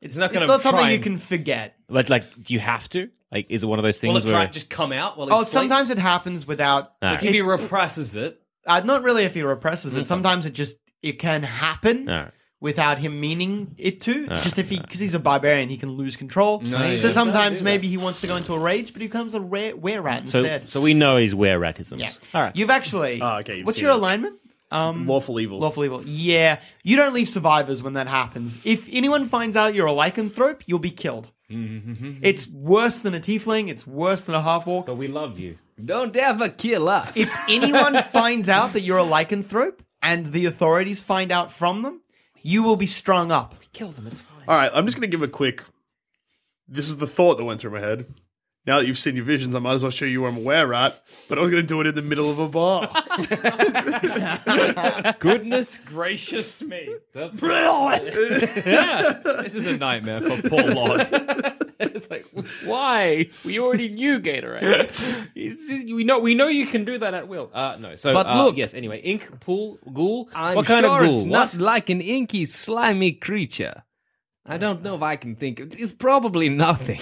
Speaker 7: It's not
Speaker 3: it's
Speaker 7: gonna
Speaker 3: not something
Speaker 7: try
Speaker 3: you
Speaker 7: and-
Speaker 3: can forget.
Speaker 6: But like, do you have to? Like, is it one of those
Speaker 7: Will
Speaker 6: things
Speaker 7: it try
Speaker 6: where
Speaker 7: and just come out while it
Speaker 3: Oh,
Speaker 7: sleeps?
Speaker 3: sometimes it happens without.
Speaker 6: Ah. Mm-hmm.
Speaker 7: Like if he represses it.
Speaker 3: Uh, not really if he represses it. Sometimes it just it can happen.
Speaker 6: Alright.
Speaker 3: Without him meaning it to,
Speaker 6: Ah.
Speaker 3: It's just if he because he's a barbarian, he can lose control.
Speaker 7: yeah.
Speaker 3: so sometimes maybe he wants to go into a rage, but he becomes a rare were rat
Speaker 6: so
Speaker 3: instead.
Speaker 6: so we know he's where ratism.
Speaker 3: Yeah.
Speaker 6: All right.
Speaker 3: You've actually.
Speaker 8: Ah, okay, you've
Speaker 3: what's
Speaker 8: seen
Speaker 3: your
Speaker 8: it.
Speaker 3: alignment? Um,
Speaker 8: Lawful evil.
Speaker 3: lawful evil. Yeah. You don't leave survivors when that happens. If anyone finds out you're a lycanthrope, you'll be killed. It's worse than a tiefling. It's worse than a half orc.
Speaker 6: but we love you.
Speaker 4: Don't ever kill us.
Speaker 3: If anyone finds out that you're a lycanthrope and the authorities find out from them, you will be strung up.
Speaker 8: All right, I'm just going to give a quick. This is the thought that went through my head. Now that you've seen your visions, I might as well show you where I'm aware at. But I was going to do it in the middle of
Speaker 3: [laughs]
Speaker 8: a bar.
Speaker 7: Goodness gracious me. This is a nightmare for
Speaker 8: Oh,
Speaker 6: [laughs]
Speaker 7: poor Lord.
Speaker 6: it's like why? We already knew Gatorade. It's- we know we know you can do that at will. Uh no. So
Speaker 4: But
Speaker 6: uh,
Speaker 4: look-
Speaker 6: yes. Anyway, ink pool ghoul.
Speaker 4: I'm
Speaker 6: what kind
Speaker 4: sure
Speaker 6: of ghoul?
Speaker 4: it's not
Speaker 6: What?
Speaker 4: like an inky, slimy creature. I don't know if I can think. of- It's probably
Speaker 6: [laughs]
Speaker 4: nothing.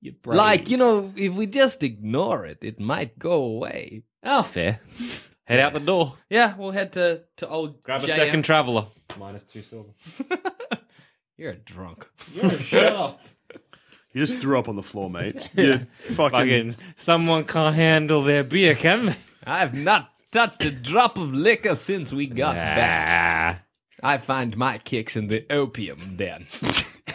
Speaker 6: You're brave.
Speaker 4: Like, you know, if we just ignore it, it might go away.
Speaker 6: oh fair. Head out the door.
Speaker 4: Yeah, we'll head to, to old
Speaker 6: Grab a
Speaker 4: JM.
Speaker 6: second traveler. Minus two silver.
Speaker 4: You're a drunk. [laughs]
Speaker 6: Shut up.
Speaker 8: You just threw up on the floor, mate. You fucking.
Speaker 6: Fucking someone can't handle their beer, can they?
Speaker 4: I've not touched a drop of liquor since we got back. I find my kicks in the opium den.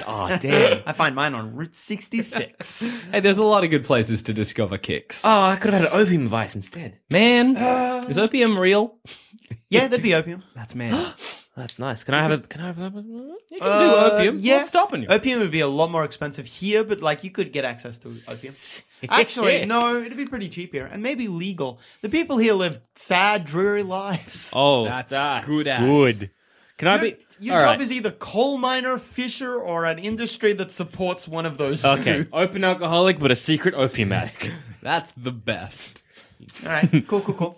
Speaker 6: oh, damn.
Speaker 3: I find mine on Route 66.
Speaker 4: Hey, there's a lot of good places to discover kicks.
Speaker 6: Oh, I could have had an opium vice instead.
Speaker 4: Man, is opium real?
Speaker 3: yeah, that'd be opium.
Speaker 4: That's man.
Speaker 6: That's nice. Can I have a? Can I have a?
Speaker 4: [gasps] You can do
Speaker 3: Uh,
Speaker 4: opium.
Speaker 3: yeah.
Speaker 4: What's stopping you?
Speaker 3: Opium would be a lot more expensive here, but like you could get access to opium. Actually, no, it'd be pretty cheap here and maybe legal. The people here live sad, dreary lives.
Speaker 6: Oh,
Speaker 4: That's
Speaker 6: that's,
Speaker 4: good
Speaker 6: good.
Speaker 4: ass.
Speaker 6: Good. Can I
Speaker 3: Your,
Speaker 6: be?
Speaker 3: your
Speaker 6: all
Speaker 3: job
Speaker 6: right.
Speaker 3: is either coal miner, fisher, or an industry that supports one of those
Speaker 6: Okay,
Speaker 3: two.
Speaker 6: open alcoholic, but a secret opium addict.
Speaker 4: That's the best.
Speaker 3: [laughs] All right, cool, cool, cool.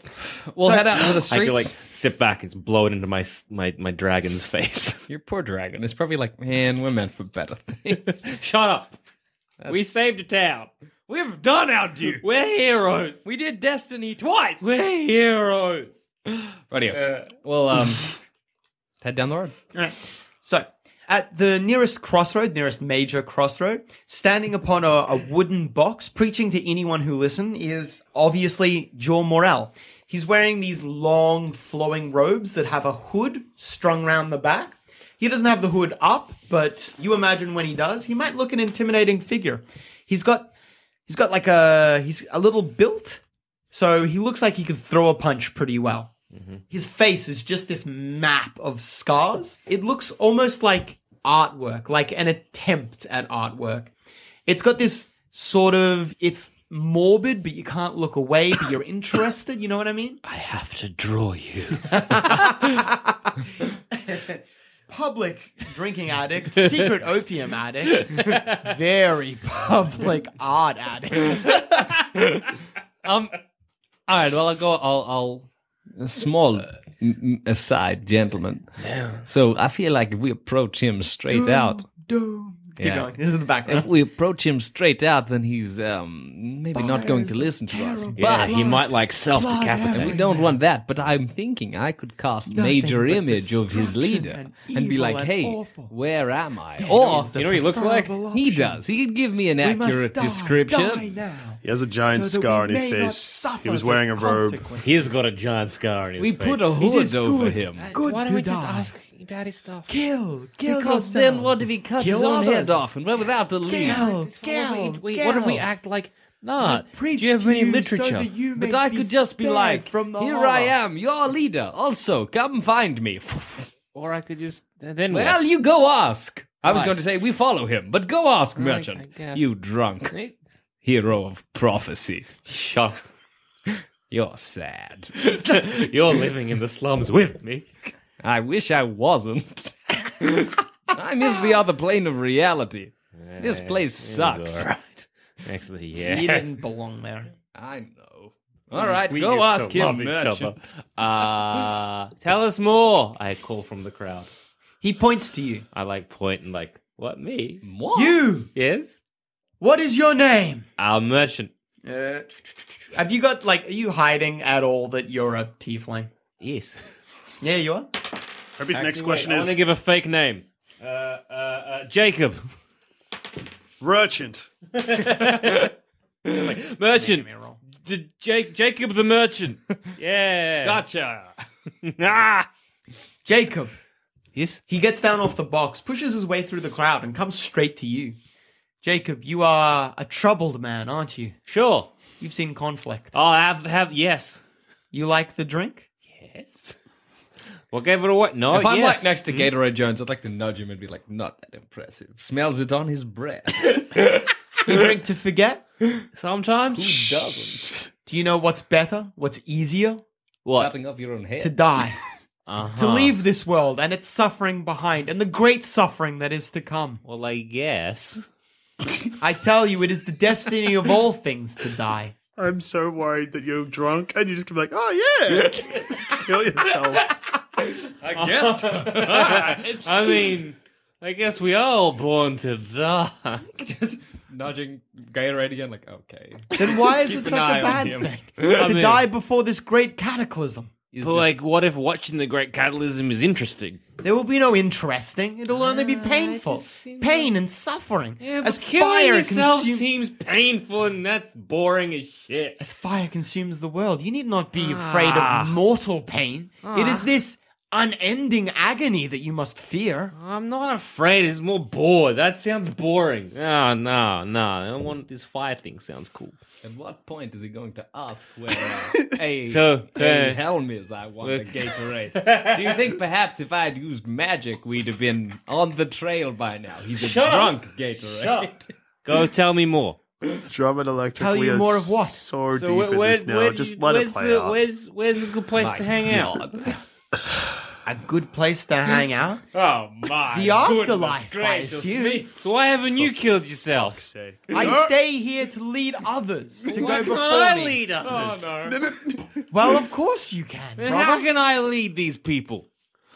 Speaker 4: We'll
Speaker 3: So-
Speaker 4: head out to the
Speaker 6: I
Speaker 4: streets.
Speaker 6: could like sit back and blow it into my s- my my dragon's face. [laughs]
Speaker 4: Your poor dragon is probably like, man, we're meant for better things.
Speaker 6: Shut up. We saved a town. We've done our due. We're heroes.
Speaker 4: we did Destiny twice.
Speaker 6: We're heroes.
Speaker 4: Rightio. well, um, head down the road.
Speaker 3: So, at the nearest crossroad, nearest major crossroad, standing upon a, a wooden box, preaching to anyone who listen, is obviously Jor Morel. He's wearing these long, flowing robes that have a hood strung round the back. He doesn't have the hood up, but you imagine when he does, he might look an intimidating figure. He's got, he's got like a, he's a little built, so he looks like he could throw a punch pretty well his face is just this map of scars. It looks almost like artwork, like an attempt at artwork. It's got this sort of it's morbid, but you can't look away, but you're interested, you know what I mean?
Speaker 6: I have to draw you.
Speaker 3: [laughs] Public drinking addict, secret opium addict, very public art addict.
Speaker 4: Um, all right. Well, I'll go. I'll. I'll a small m- aside, gentlemen. So I feel like if we approach him straight out,
Speaker 3: Doom. Keep
Speaker 4: Yeah.
Speaker 3: going. This is the
Speaker 4: if
Speaker 3: background.
Speaker 4: we approach him straight out, then he's um maybe not going to listen to us.
Speaker 6: Yeah,
Speaker 4: But
Speaker 6: he might like self
Speaker 4: and we
Speaker 6: decapitate.
Speaker 4: don't want that. But I'm thinking I could cast
Speaker 3: Nothing
Speaker 4: major
Speaker 3: but
Speaker 4: image of his
Speaker 3: destruction
Speaker 4: leader and,
Speaker 3: and
Speaker 4: be
Speaker 3: evil
Speaker 4: like,
Speaker 3: and
Speaker 4: "Hey,
Speaker 3: awful."
Speaker 4: where am I?" or
Speaker 3: is the
Speaker 6: You know what he looks like?
Speaker 3: preferable
Speaker 4: he
Speaker 3: option.
Speaker 4: does. He could give me an
Speaker 3: We must
Speaker 4: accurate
Speaker 3: die,
Speaker 4: description.
Speaker 3: die now.
Speaker 8: He has a giant
Speaker 3: so that
Speaker 8: scar on
Speaker 3: we
Speaker 8: his
Speaker 3: may not
Speaker 8: face.
Speaker 3: suffer
Speaker 8: He was
Speaker 3: the
Speaker 8: wearing a robe.
Speaker 3: consequences.
Speaker 6: He's got a giant scar on his
Speaker 4: We
Speaker 6: face.
Speaker 4: put a
Speaker 3: It is
Speaker 4: hood over
Speaker 3: good. Uh,
Speaker 4: him.
Speaker 3: Good to die.
Speaker 6: about his stuff?
Speaker 3: Kill, kill.
Speaker 4: Because then what if he cuts his own head off and we're without a lead?
Speaker 3: Kill, kill,
Speaker 6: What if we
Speaker 3: kill.
Speaker 6: act like nah? Do
Speaker 3: Preach
Speaker 6: you have
Speaker 3: to
Speaker 6: any
Speaker 3: so
Speaker 6: literature?
Speaker 3: that you
Speaker 4: But
Speaker 3: may
Speaker 4: I could just be
Speaker 3: spared
Speaker 4: like,
Speaker 3: from the
Speaker 4: here
Speaker 3: horror."
Speaker 4: I am, your leader. Also, come find me. [laughs]
Speaker 6: Or I could just then.
Speaker 4: well,
Speaker 6: [laughs]
Speaker 4: you go ask. I was
Speaker 6: Right.
Speaker 4: going to say we follow him, but go ask,
Speaker 6: Right, I
Speaker 4: merchant.
Speaker 6: guess.
Speaker 4: You drunk hero of prophecy.
Speaker 6: shut.
Speaker 3: [laughs]
Speaker 4: You're sad.
Speaker 6: You're living in the slums with me.
Speaker 4: I wish I wasn't. [laughs] I miss the other plane of reality. This place sucks.
Speaker 6: Actually, yeah.
Speaker 3: He
Speaker 8: [laughs]
Speaker 3: didn't belong there.
Speaker 4: I know. All right,
Speaker 6: We
Speaker 4: go
Speaker 6: used to
Speaker 4: ask him,
Speaker 6: love
Speaker 4: [laughs]
Speaker 6: each
Speaker 4: merchant.
Speaker 6: other. Uh, tell us more. I call from the crowd.
Speaker 3: He points to you.
Speaker 6: I like point and like, what me?
Speaker 4: Moi?
Speaker 3: You.
Speaker 6: Yes,
Speaker 3: What is your name?
Speaker 6: our merchant.
Speaker 3: Uh, have you got like? Are you hiding at all that you're a tiefling?
Speaker 6: Yes.
Speaker 3: Yeah, you are.
Speaker 8: Hope his next question
Speaker 6: I want
Speaker 8: is
Speaker 6: to give a fake name. Uh, uh, uh, [laughs] Jacob.
Speaker 8: merchant.
Speaker 6: Merchant.
Speaker 3: Give me a roll.
Speaker 6: The Jake, Jacob the merchant. Yeah. [laughs]
Speaker 4: Gotcha.
Speaker 6: Ah.
Speaker 3: Jacob.
Speaker 6: Yes.
Speaker 3: He gets down off the box, pushes his way through the crowd, and comes straight to you. Jacob, you are a troubled man, aren't you?
Speaker 6: Sure.
Speaker 3: You've seen conflict.
Speaker 6: Oh, I have, have yes.
Speaker 3: You like the drink?
Speaker 6: Yes. What gave it away? No.
Speaker 4: If I'm
Speaker 6: yes.
Speaker 4: like next to Gatorade Jones, I'd like to nudge him and be like, not that impressive. Smells it on his [laughs] breath.
Speaker 3: You drink to forget?
Speaker 6: Sometimes.
Speaker 4: Doesn't.
Speaker 3: Do you know what's better? What's easier?
Speaker 6: What?
Speaker 4: Cutting off your own hair.
Speaker 3: To
Speaker 6: [laughs]
Speaker 3: die.
Speaker 6: Uh-huh.
Speaker 3: to leave this world and its suffering behind and the great suffering that is to come.
Speaker 6: Well, I guess. [laughs]
Speaker 3: I tell you, it is the destiny of all things to die.
Speaker 8: I'm so worried that you're drunk, and you just gonna be like, "Oh yeah, [laughs] kill yourself."
Speaker 4: [laughs] I guess.
Speaker 6: I mean, I guess we are all born to die.
Speaker 4: Just nudging Gatorade again, like, okay.
Speaker 3: Then why is it such
Speaker 4: eye
Speaker 3: a
Speaker 4: on
Speaker 3: bad
Speaker 4: him.
Speaker 3: thing?
Speaker 6: [laughs] I
Speaker 3: to
Speaker 6: mean-
Speaker 3: die before this great cataclysm.
Speaker 6: But like, what if watching the Great Cataclysm is interesting?
Speaker 3: There will be no interesting. It'll only be painful. Pain and suffering. as
Speaker 6: Killing
Speaker 3: fire
Speaker 6: yourself
Speaker 3: consumes
Speaker 6: seems painful, and that's boring as shit.
Speaker 3: as fire consumes the world, you need not be afraid of mortal pain. It is
Speaker 6: Ah.
Speaker 3: this unending agony that you must fear.
Speaker 6: I'm not afraid. It's more bored. That sounds boring. No, no, no. I don't want this fire thing. Sounds cool.
Speaker 4: At what point is he going to ask where [laughs] uh, a,
Speaker 6: So,
Speaker 4: a
Speaker 6: uh,
Speaker 4: helm is? I want a [laughs]
Speaker 6: look.
Speaker 4: Gatorade. Do you think perhaps if I'd used magic, we'd have been on the trail by now? He's a
Speaker 6: Shut up.
Speaker 4: drunk Gatorade.
Speaker 6: [laughs] Go tell me more.
Speaker 8: Drum and electric.
Speaker 3: Tell
Speaker 8: we
Speaker 3: you
Speaker 8: are
Speaker 3: more of what?
Speaker 8: So, deep
Speaker 6: where-
Speaker 8: in
Speaker 6: where-
Speaker 8: this now.
Speaker 6: where do
Speaker 8: Just
Speaker 6: you-
Speaker 8: let it
Speaker 6: where's
Speaker 8: play
Speaker 6: the,
Speaker 8: out.
Speaker 6: Where's Where's a good place to hang out?
Speaker 3: A good place to hang out.
Speaker 6: [laughs] Oh my!
Speaker 3: The afterlife, I
Speaker 6: gracious
Speaker 3: assume.
Speaker 6: me. So why haven't you killed yourself? [laughs]
Speaker 3: I stay here to lead others to
Speaker 6: Why
Speaker 3: go
Speaker 6: can't
Speaker 3: before
Speaker 6: I
Speaker 3: me.
Speaker 6: lead others?
Speaker 3: [laughs]
Speaker 8: Oh,
Speaker 3: Well, of course you can,
Speaker 6: Then [laughs] How
Speaker 3: brother.
Speaker 6: can I lead these people?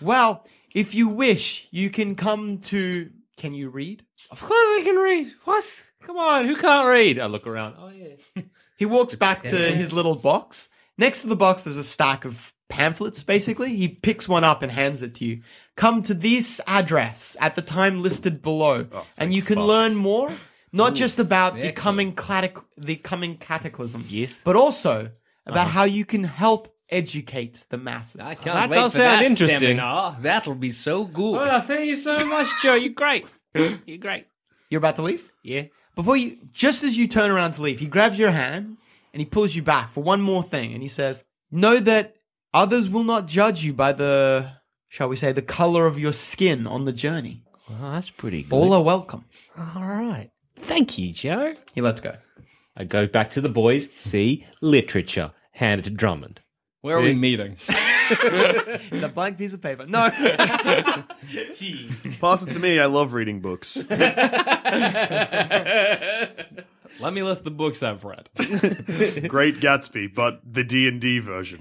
Speaker 3: Well, if you wish, you can come to. Can you read?
Speaker 6: Of course I can read. What? Come on, who can't read? I look around. Oh yeah.
Speaker 3: He walks back to his little box. Next to the box, there's a stack of pamphlets, basically. He picks one up and hands it to you. Come to this address at the time listed below,
Speaker 4: Oh,
Speaker 3: and you can learn more, not just about the coming, clatic- the coming cataclysm,
Speaker 6: Yes.
Speaker 3: but also about how you can help educate the masses.
Speaker 4: Uh-huh. I can't
Speaker 6: That
Speaker 4: wait
Speaker 6: does
Speaker 4: for
Speaker 6: sound
Speaker 4: that
Speaker 6: interesting.
Speaker 4: seminar. That'll be so good.
Speaker 6: Well, Oh, thank you so much, Joe. You're great. You're great.
Speaker 3: You're about to leave?
Speaker 6: Yeah.
Speaker 3: Before you, just as you turn around to leave, he grabs your hand and he pulls you back for one more thing. And he says, Know that others will not judge you by the, shall we say, the color of your skin on the journey.
Speaker 6: Well, that's pretty good.
Speaker 3: All are welcome.
Speaker 6: All right. Thank you, Joe.
Speaker 3: He lets go.
Speaker 6: I go back to the boys. See literature. Hand it to Drummond.
Speaker 4: Where are we meeting? [laughs]
Speaker 3: It's a blank piece of paper. [laughs] No.
Speaker 8: Pass it to me. I love
Speaker 3: [laughs]
Speaker 8: reading books.
Speaker 4: Let me list the books I've [laughs] read.
Speaker 8: Great Gatsby, but the D and D
Speaker 6: [laughs]
Speaker 8: version.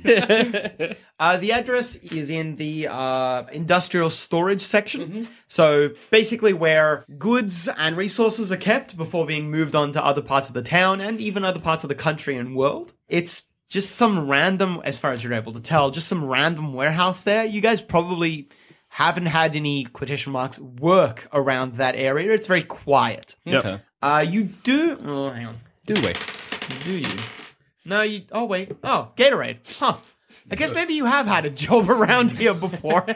Speaker 3: Uh, the address is in the uh, industrial storage section. So basically, where goods and resources are kept before being moved on to other parts of the town and even other parts of the country and world. It's just some random, as far as you're able to tell, just some random warehouse there. You guys probably haven't had any quotation marks work around that area. It's very quiet.
Speaker 8: Yep.
Speaker 3: Uh, you do. Oh, hang on.
Speaker 4: Do we?
Speaker 3: Do you? No, you. Oh wait. Oh, Gatorade. Huh. I guess maybe you have had a job [laughs] around here before.
Speaker 8: Oh,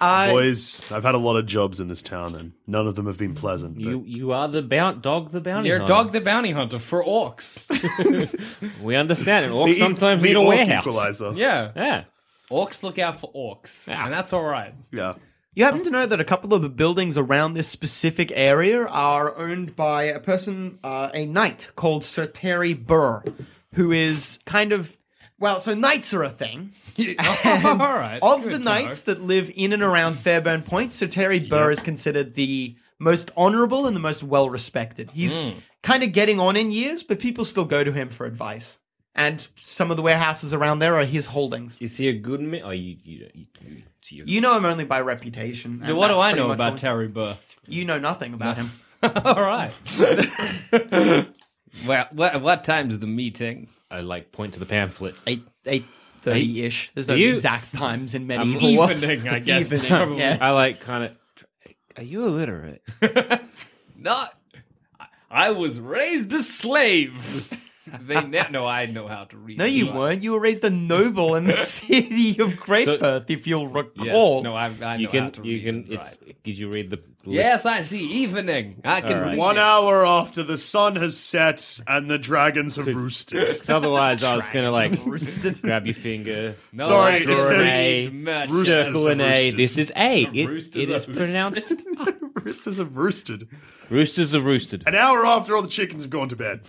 Speaker 3: Uh,
Speaker 8: Boys, I've had a lot of jobs in this town, and none of them have been pleasant. but
Speaker 6: You you are the bound dog, the bounty.
Speaker 4: You're
Speaker 6: hunter.
Speaker 4: Dog the Bounty Hunter for orcs.
Speaker 6: We understand it.
Speaker 8: The
Speaker 6: Orcs
Speaker 8: e-
Speaker 6: sometimes
Speaker 8: the
Speaker 6: need a
Speaker 8: orc
Speaker 6: warehouse.
Speaker 8: Equalizer.
Speaker 4: yeah.
Speaker 6: Yeah.
Speaker 4: [laughs] Orcs look out for orcs. And [laughs] that's all right.
Speaker 8: yeah.
Speaker 3: you happen to know that a couple of the buildings around this specific area are owned by a person, uh, a knight called Sir Terry Burr, who is kind of. Well, so knights are a thing.
Speaker 4: all right.
Speaker 3: Of
Speaker 4: Good
Speaker 3: the
Speaker 4: to
Speaker 3: knights that live in and around Fairburn Point, Sir Terry Burr is considered the most honorable and the most well respected. He's
Speaker 4: Hmm.
Speaker 3: kind of getting on in years, but people still go to him for advice. And some of the warehouses around there are his holdings.
Speaker 6: Is he a good man? Oh, you you you. you, you,
Speaker 3: You know him only by reputation.
Speaker 4: know.
Speaker 3: and
Speaker 4: What do
Speaker 3: that's
Speaker 4: I
Speaker 3: pretty
Speaker 4: know
Speaker 3: much
Speaker 4: about
Speaker 3: all-
Speaker 4: Terry Burr?
Speaker 3: You know nothing about him.
Speaker 4: [laughs] All right. [laughs] well, what, what time's the meeting?
Speaker 6: I like point to the pamphlet.
Speaker 3: Eight, eight thirty ish. There's no
Speaker 6: Are you-
Speaker 3: exact times in medieval
Speaker 6: I'm-
Speaker 3: world. [laughs]
Speaker 4: Evening, I guess, is
Speaker 3: Evening,
Speaker 4: probably-
Speaker 3: yeah.
Speaker 6: I like kind of. Are you illiterate?
Speaker 4: [laughs] Not. I- I was raised a slave. they ne- no, I know how to read.
Speaker 3: No, you weren't. You were raised a noble in the [laughs] city of Great
Speaker 6: So-
Speaker 3: Perth, if you'll
Speaker 4: Yes. [laughs]
Speaker 3: recall.
Speaker 4: No, I, I know
Speaker 6: You
Speaker 4: how
Speaker 6: can
Speaker 4: to
Speaker 6: you
Speaker 4: read.
Speaker 6: can.
Speaker 4: it
Speaker 6: It's,
Speaker 4: right.
Speaker 6: Did you read the?
Speaker 4: Yes, I see. Evening. I can
Speaker 6: right.
Speaker 4: read
Speaker 8: One
Speaker 4: it.
Speaker 8: hour after the sun has set and the dragons have roosted. [laughs]
Speaker 6: [laughs] 'Cause Otherwise, I was gonna like grab your finger.
Speaker 4: No,
Speaker 8: Sorry,
Speaker 4: I
Speaker 8: it
Speaker 4: can
Speaker 8: says
Speaker 4: read much.
Speaker 8: roosters
Speaker 6: Circle
Speaker 8: have
Speaker 6: an A.
Speaker 8: roosted.
Speaker 6: This is A. It,
Speaker 4: roosters
Speaker 6: it
Speaker 4: are
Speaker 6: is
Speaker 4: roosted.
Speaker 8: [laughs]
Speaker 6: pronounced.
Speaker 8: roosters have roosted.
Speaker 6: Roosters are roosted.
Speaker 8: An hour after all the chickens have gone to bed.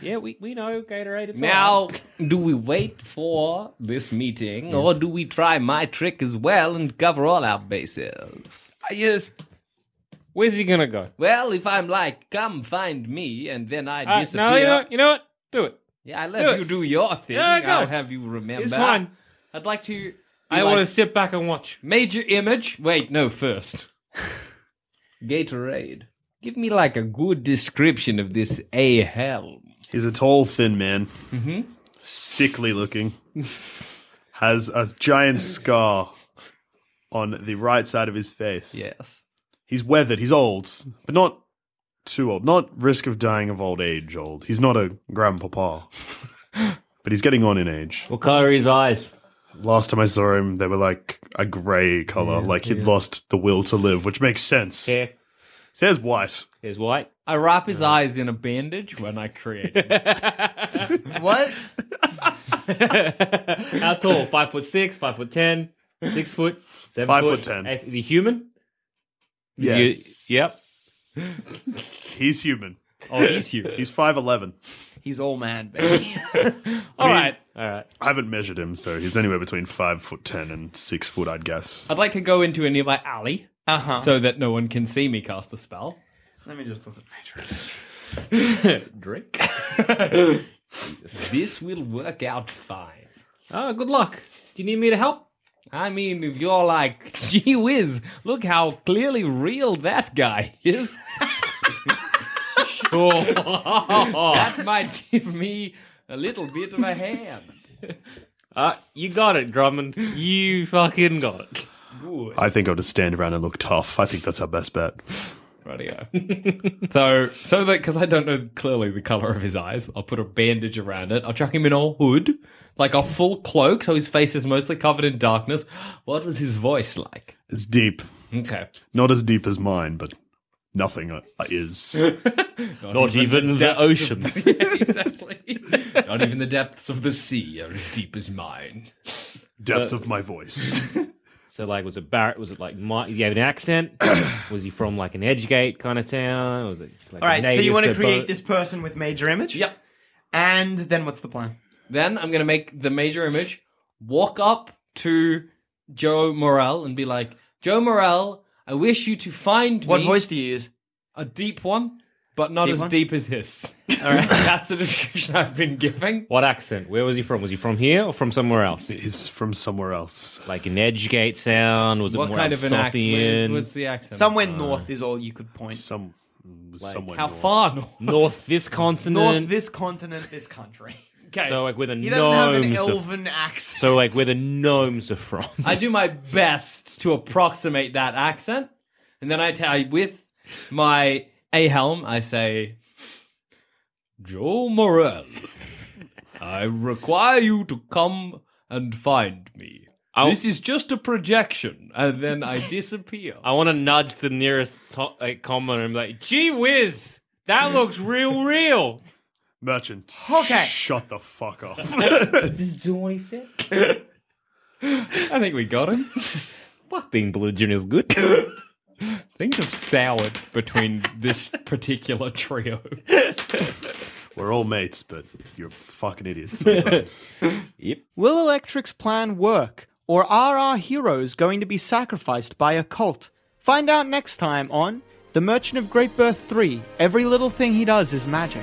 Speaker 6: Yeah, we, we know Gatorade. It's all
Speaker 4: Now,
Speaker 6: right.
Speaker 4: do we wait for this meeting, or do we try my trick as well and cover all our bases?
Speaker 6: I just. Where's he gonna go?
Speaker 4: Well, if I'm like, come find me, and then I
Speaker 6: Uh,
Speaker 4: disappear.
Speaker 6: no, you know, you know what? Do it.
Speaker 4: yeah, I
Speaker 6: do
Speaker 4: let
Speaker 6: it.
Speaker 4: you do your thing.
Speaker 6: Yeah, go.
Speaker 4: I'll have you remember.
Speaker 6: It's fine.
Speaker 4: I'd like to.
Speaker 6: I
Speaker 4: like-
Speaker 6: want to sit back and watch.
Speaker 4: Major image. Wait, no, first. [laughs] Gatorade. Give me like a good description of this A helm.
Speaker 8: He's a tall, thin man. Mm-hmm. Sickly looking. has a giant scar on the right side of his face. Yes. He's weathered, he's old, but not too old. Not risk of dying of old age old. He's not a grandpapa. but he's getting on in age.
Speaker 6: What color are his eyes?
Speaker 8: Last time I saw him, they were like a grey colour, like he'd lost the will to live, which makes sense. Yeah. His hair's white.
Speaker 6: Here's white. [laughs]
Speaker 4: I wrap his eyes in a bandage when I create. him.
Speaker 3: what?
Speaker 6: How tall? Five foot six, five foot ten, six foot, seven
Speaker 8: Five
Speaker 6: foot,
Speaker 8: foot ten.
Speaker 6: eight- Is he human?
Speaker 8: Yes.
Speaker 6: You- yep.
Speaker 8: [laughs] He's human.
Speaker 6: Oh, he's human.
Speaker 8: He's 5'11.
Speaker 3: He's all man, baby.
Speaker 6: All right. All right.
Speaker 8: I haven't measured him, so he's anywhere between five foot ten and six foot, I'd guess.
Speaker 4: I'd like to go into a nearby alley
Speaker 3: Uh huh.
Speaker 4: so that no one can see me cast the spell.
Speaker 3: Let me just look at nature.
Speaker 4: Drink. This will work out fine.
Speaker 6: Oh, good luck. Do you need me to [laughs] help?
Speaker 4: I mean, if you're like, [laughs] gee whiz, look how clearly real that guy is. sure.
Speaker 6: Oh.
Speaker 4: that [laughs] might give me a little bit of a hand.
Speaker 6: Uh, you got it, Drummond. You fucking got it.
Speaker 8: I think I'll just stand around and look tough. I think that's our best bet.
Speaker 4: Radio. [laughs] so, so that because I don't know clearly the color of his eyes, I'll put a bandage around it. I'll chuck him in a hood, like a full cloak, so his face is mostly covered in darkness. What was his voice like?
Speaker 8: It's deep.
Speaker 4: [laughs] Okay,
Speaker 8: Not as deep as mine, but nothing uh, is.
Speaker 6: Not, even, the oceans.
Speaker 4: exactly. Not even the depths of the sea are as deep as mine.
Speaker 8: Depths of my voice. [laughs]
Speaker 6: so, like, was it Barrett? Was it like Mike? He have an [coughs] accent? was he from like an Edgegate kind of town? Was it like
Speaker 3: All right, so you want to create
Speaker 6: this?
Speaker 3: this person with major image?
Speaker 4: Yep.
Speaker 3: And then what's the plan?
Speaker 4: Then I'm gonna make the major image walk up to Joe Morel and be like, Joe Morel, I wish you to find
Speaker 3: What
Speaker 4: me
Speaker 3: voice do you use?
Speaker 4: a deep one, but not
Speaker 3: Deep
Speaker 4: as
Speaker 3: one?
Speaker 4: deep as his. All right, [laughs] that's the description I've been giving.
Speaker 6: What accent? Where was he from? Was he from here or from somewhere else?
Speaker 8: He's from somewhere else.
Speaker 6: Like an Edgegate sound? Was it
Speaker 4: what
Speaker 6: more
Speaker 4: kind of an accent?
Speaker 6: Alsatian?
Speaker 4: What's the accent?
Speaker 3: Somewhere north is all you could point.
Speaker 8: Some somewhere.
Speaker 4: How
Speaker 8: north.
Speaker 4: far north?
Speaker 6: North this
Speaker 3: North,
Speaker 6: continent.
Speaker 3: this continent, this country.
Speaker 4: [laughs]
Speaker 3: [laughs]
Speaker 4: Okay.
Speaker 6: so like where the
Speaker 3: He doesn't have an
Speaker 6: gnomes. Are,
Speaker 3: elven accent.
Speaker 6: so like where the gnomes are from.
Speaker 4: I do my best to approximate that accent, and then I tell with my a helm, I say, Joe Morel, I require you to come and find me.
Speaker 6: Oh.
Speaker 4: This is just a projection, and then I disappear.
Speaker 6: I want to nudge the nearest to- like, commoner and be like, "Gee whiz, that looks real, real."
Speaker 8: Merchant.
Speaker 3: Okay.
Speaker 8: Shut the fuck up.
Speaker 6: Just do what he said.
Speaker 4: I think we got him.
Speaker 6: Fuck, being belligerent is good.
Speaker 4: [laughs] Things have soured between this particular trio.
Speaker 8: We're all mates, but you're fucking idiots sometimes.
Speaker 3: Will Electric's plan work, or are our heroes going to be sacrificed by a cult? Find out next time on The Merchant of Great Birth 3 Every Little Thing He Does Is Magic.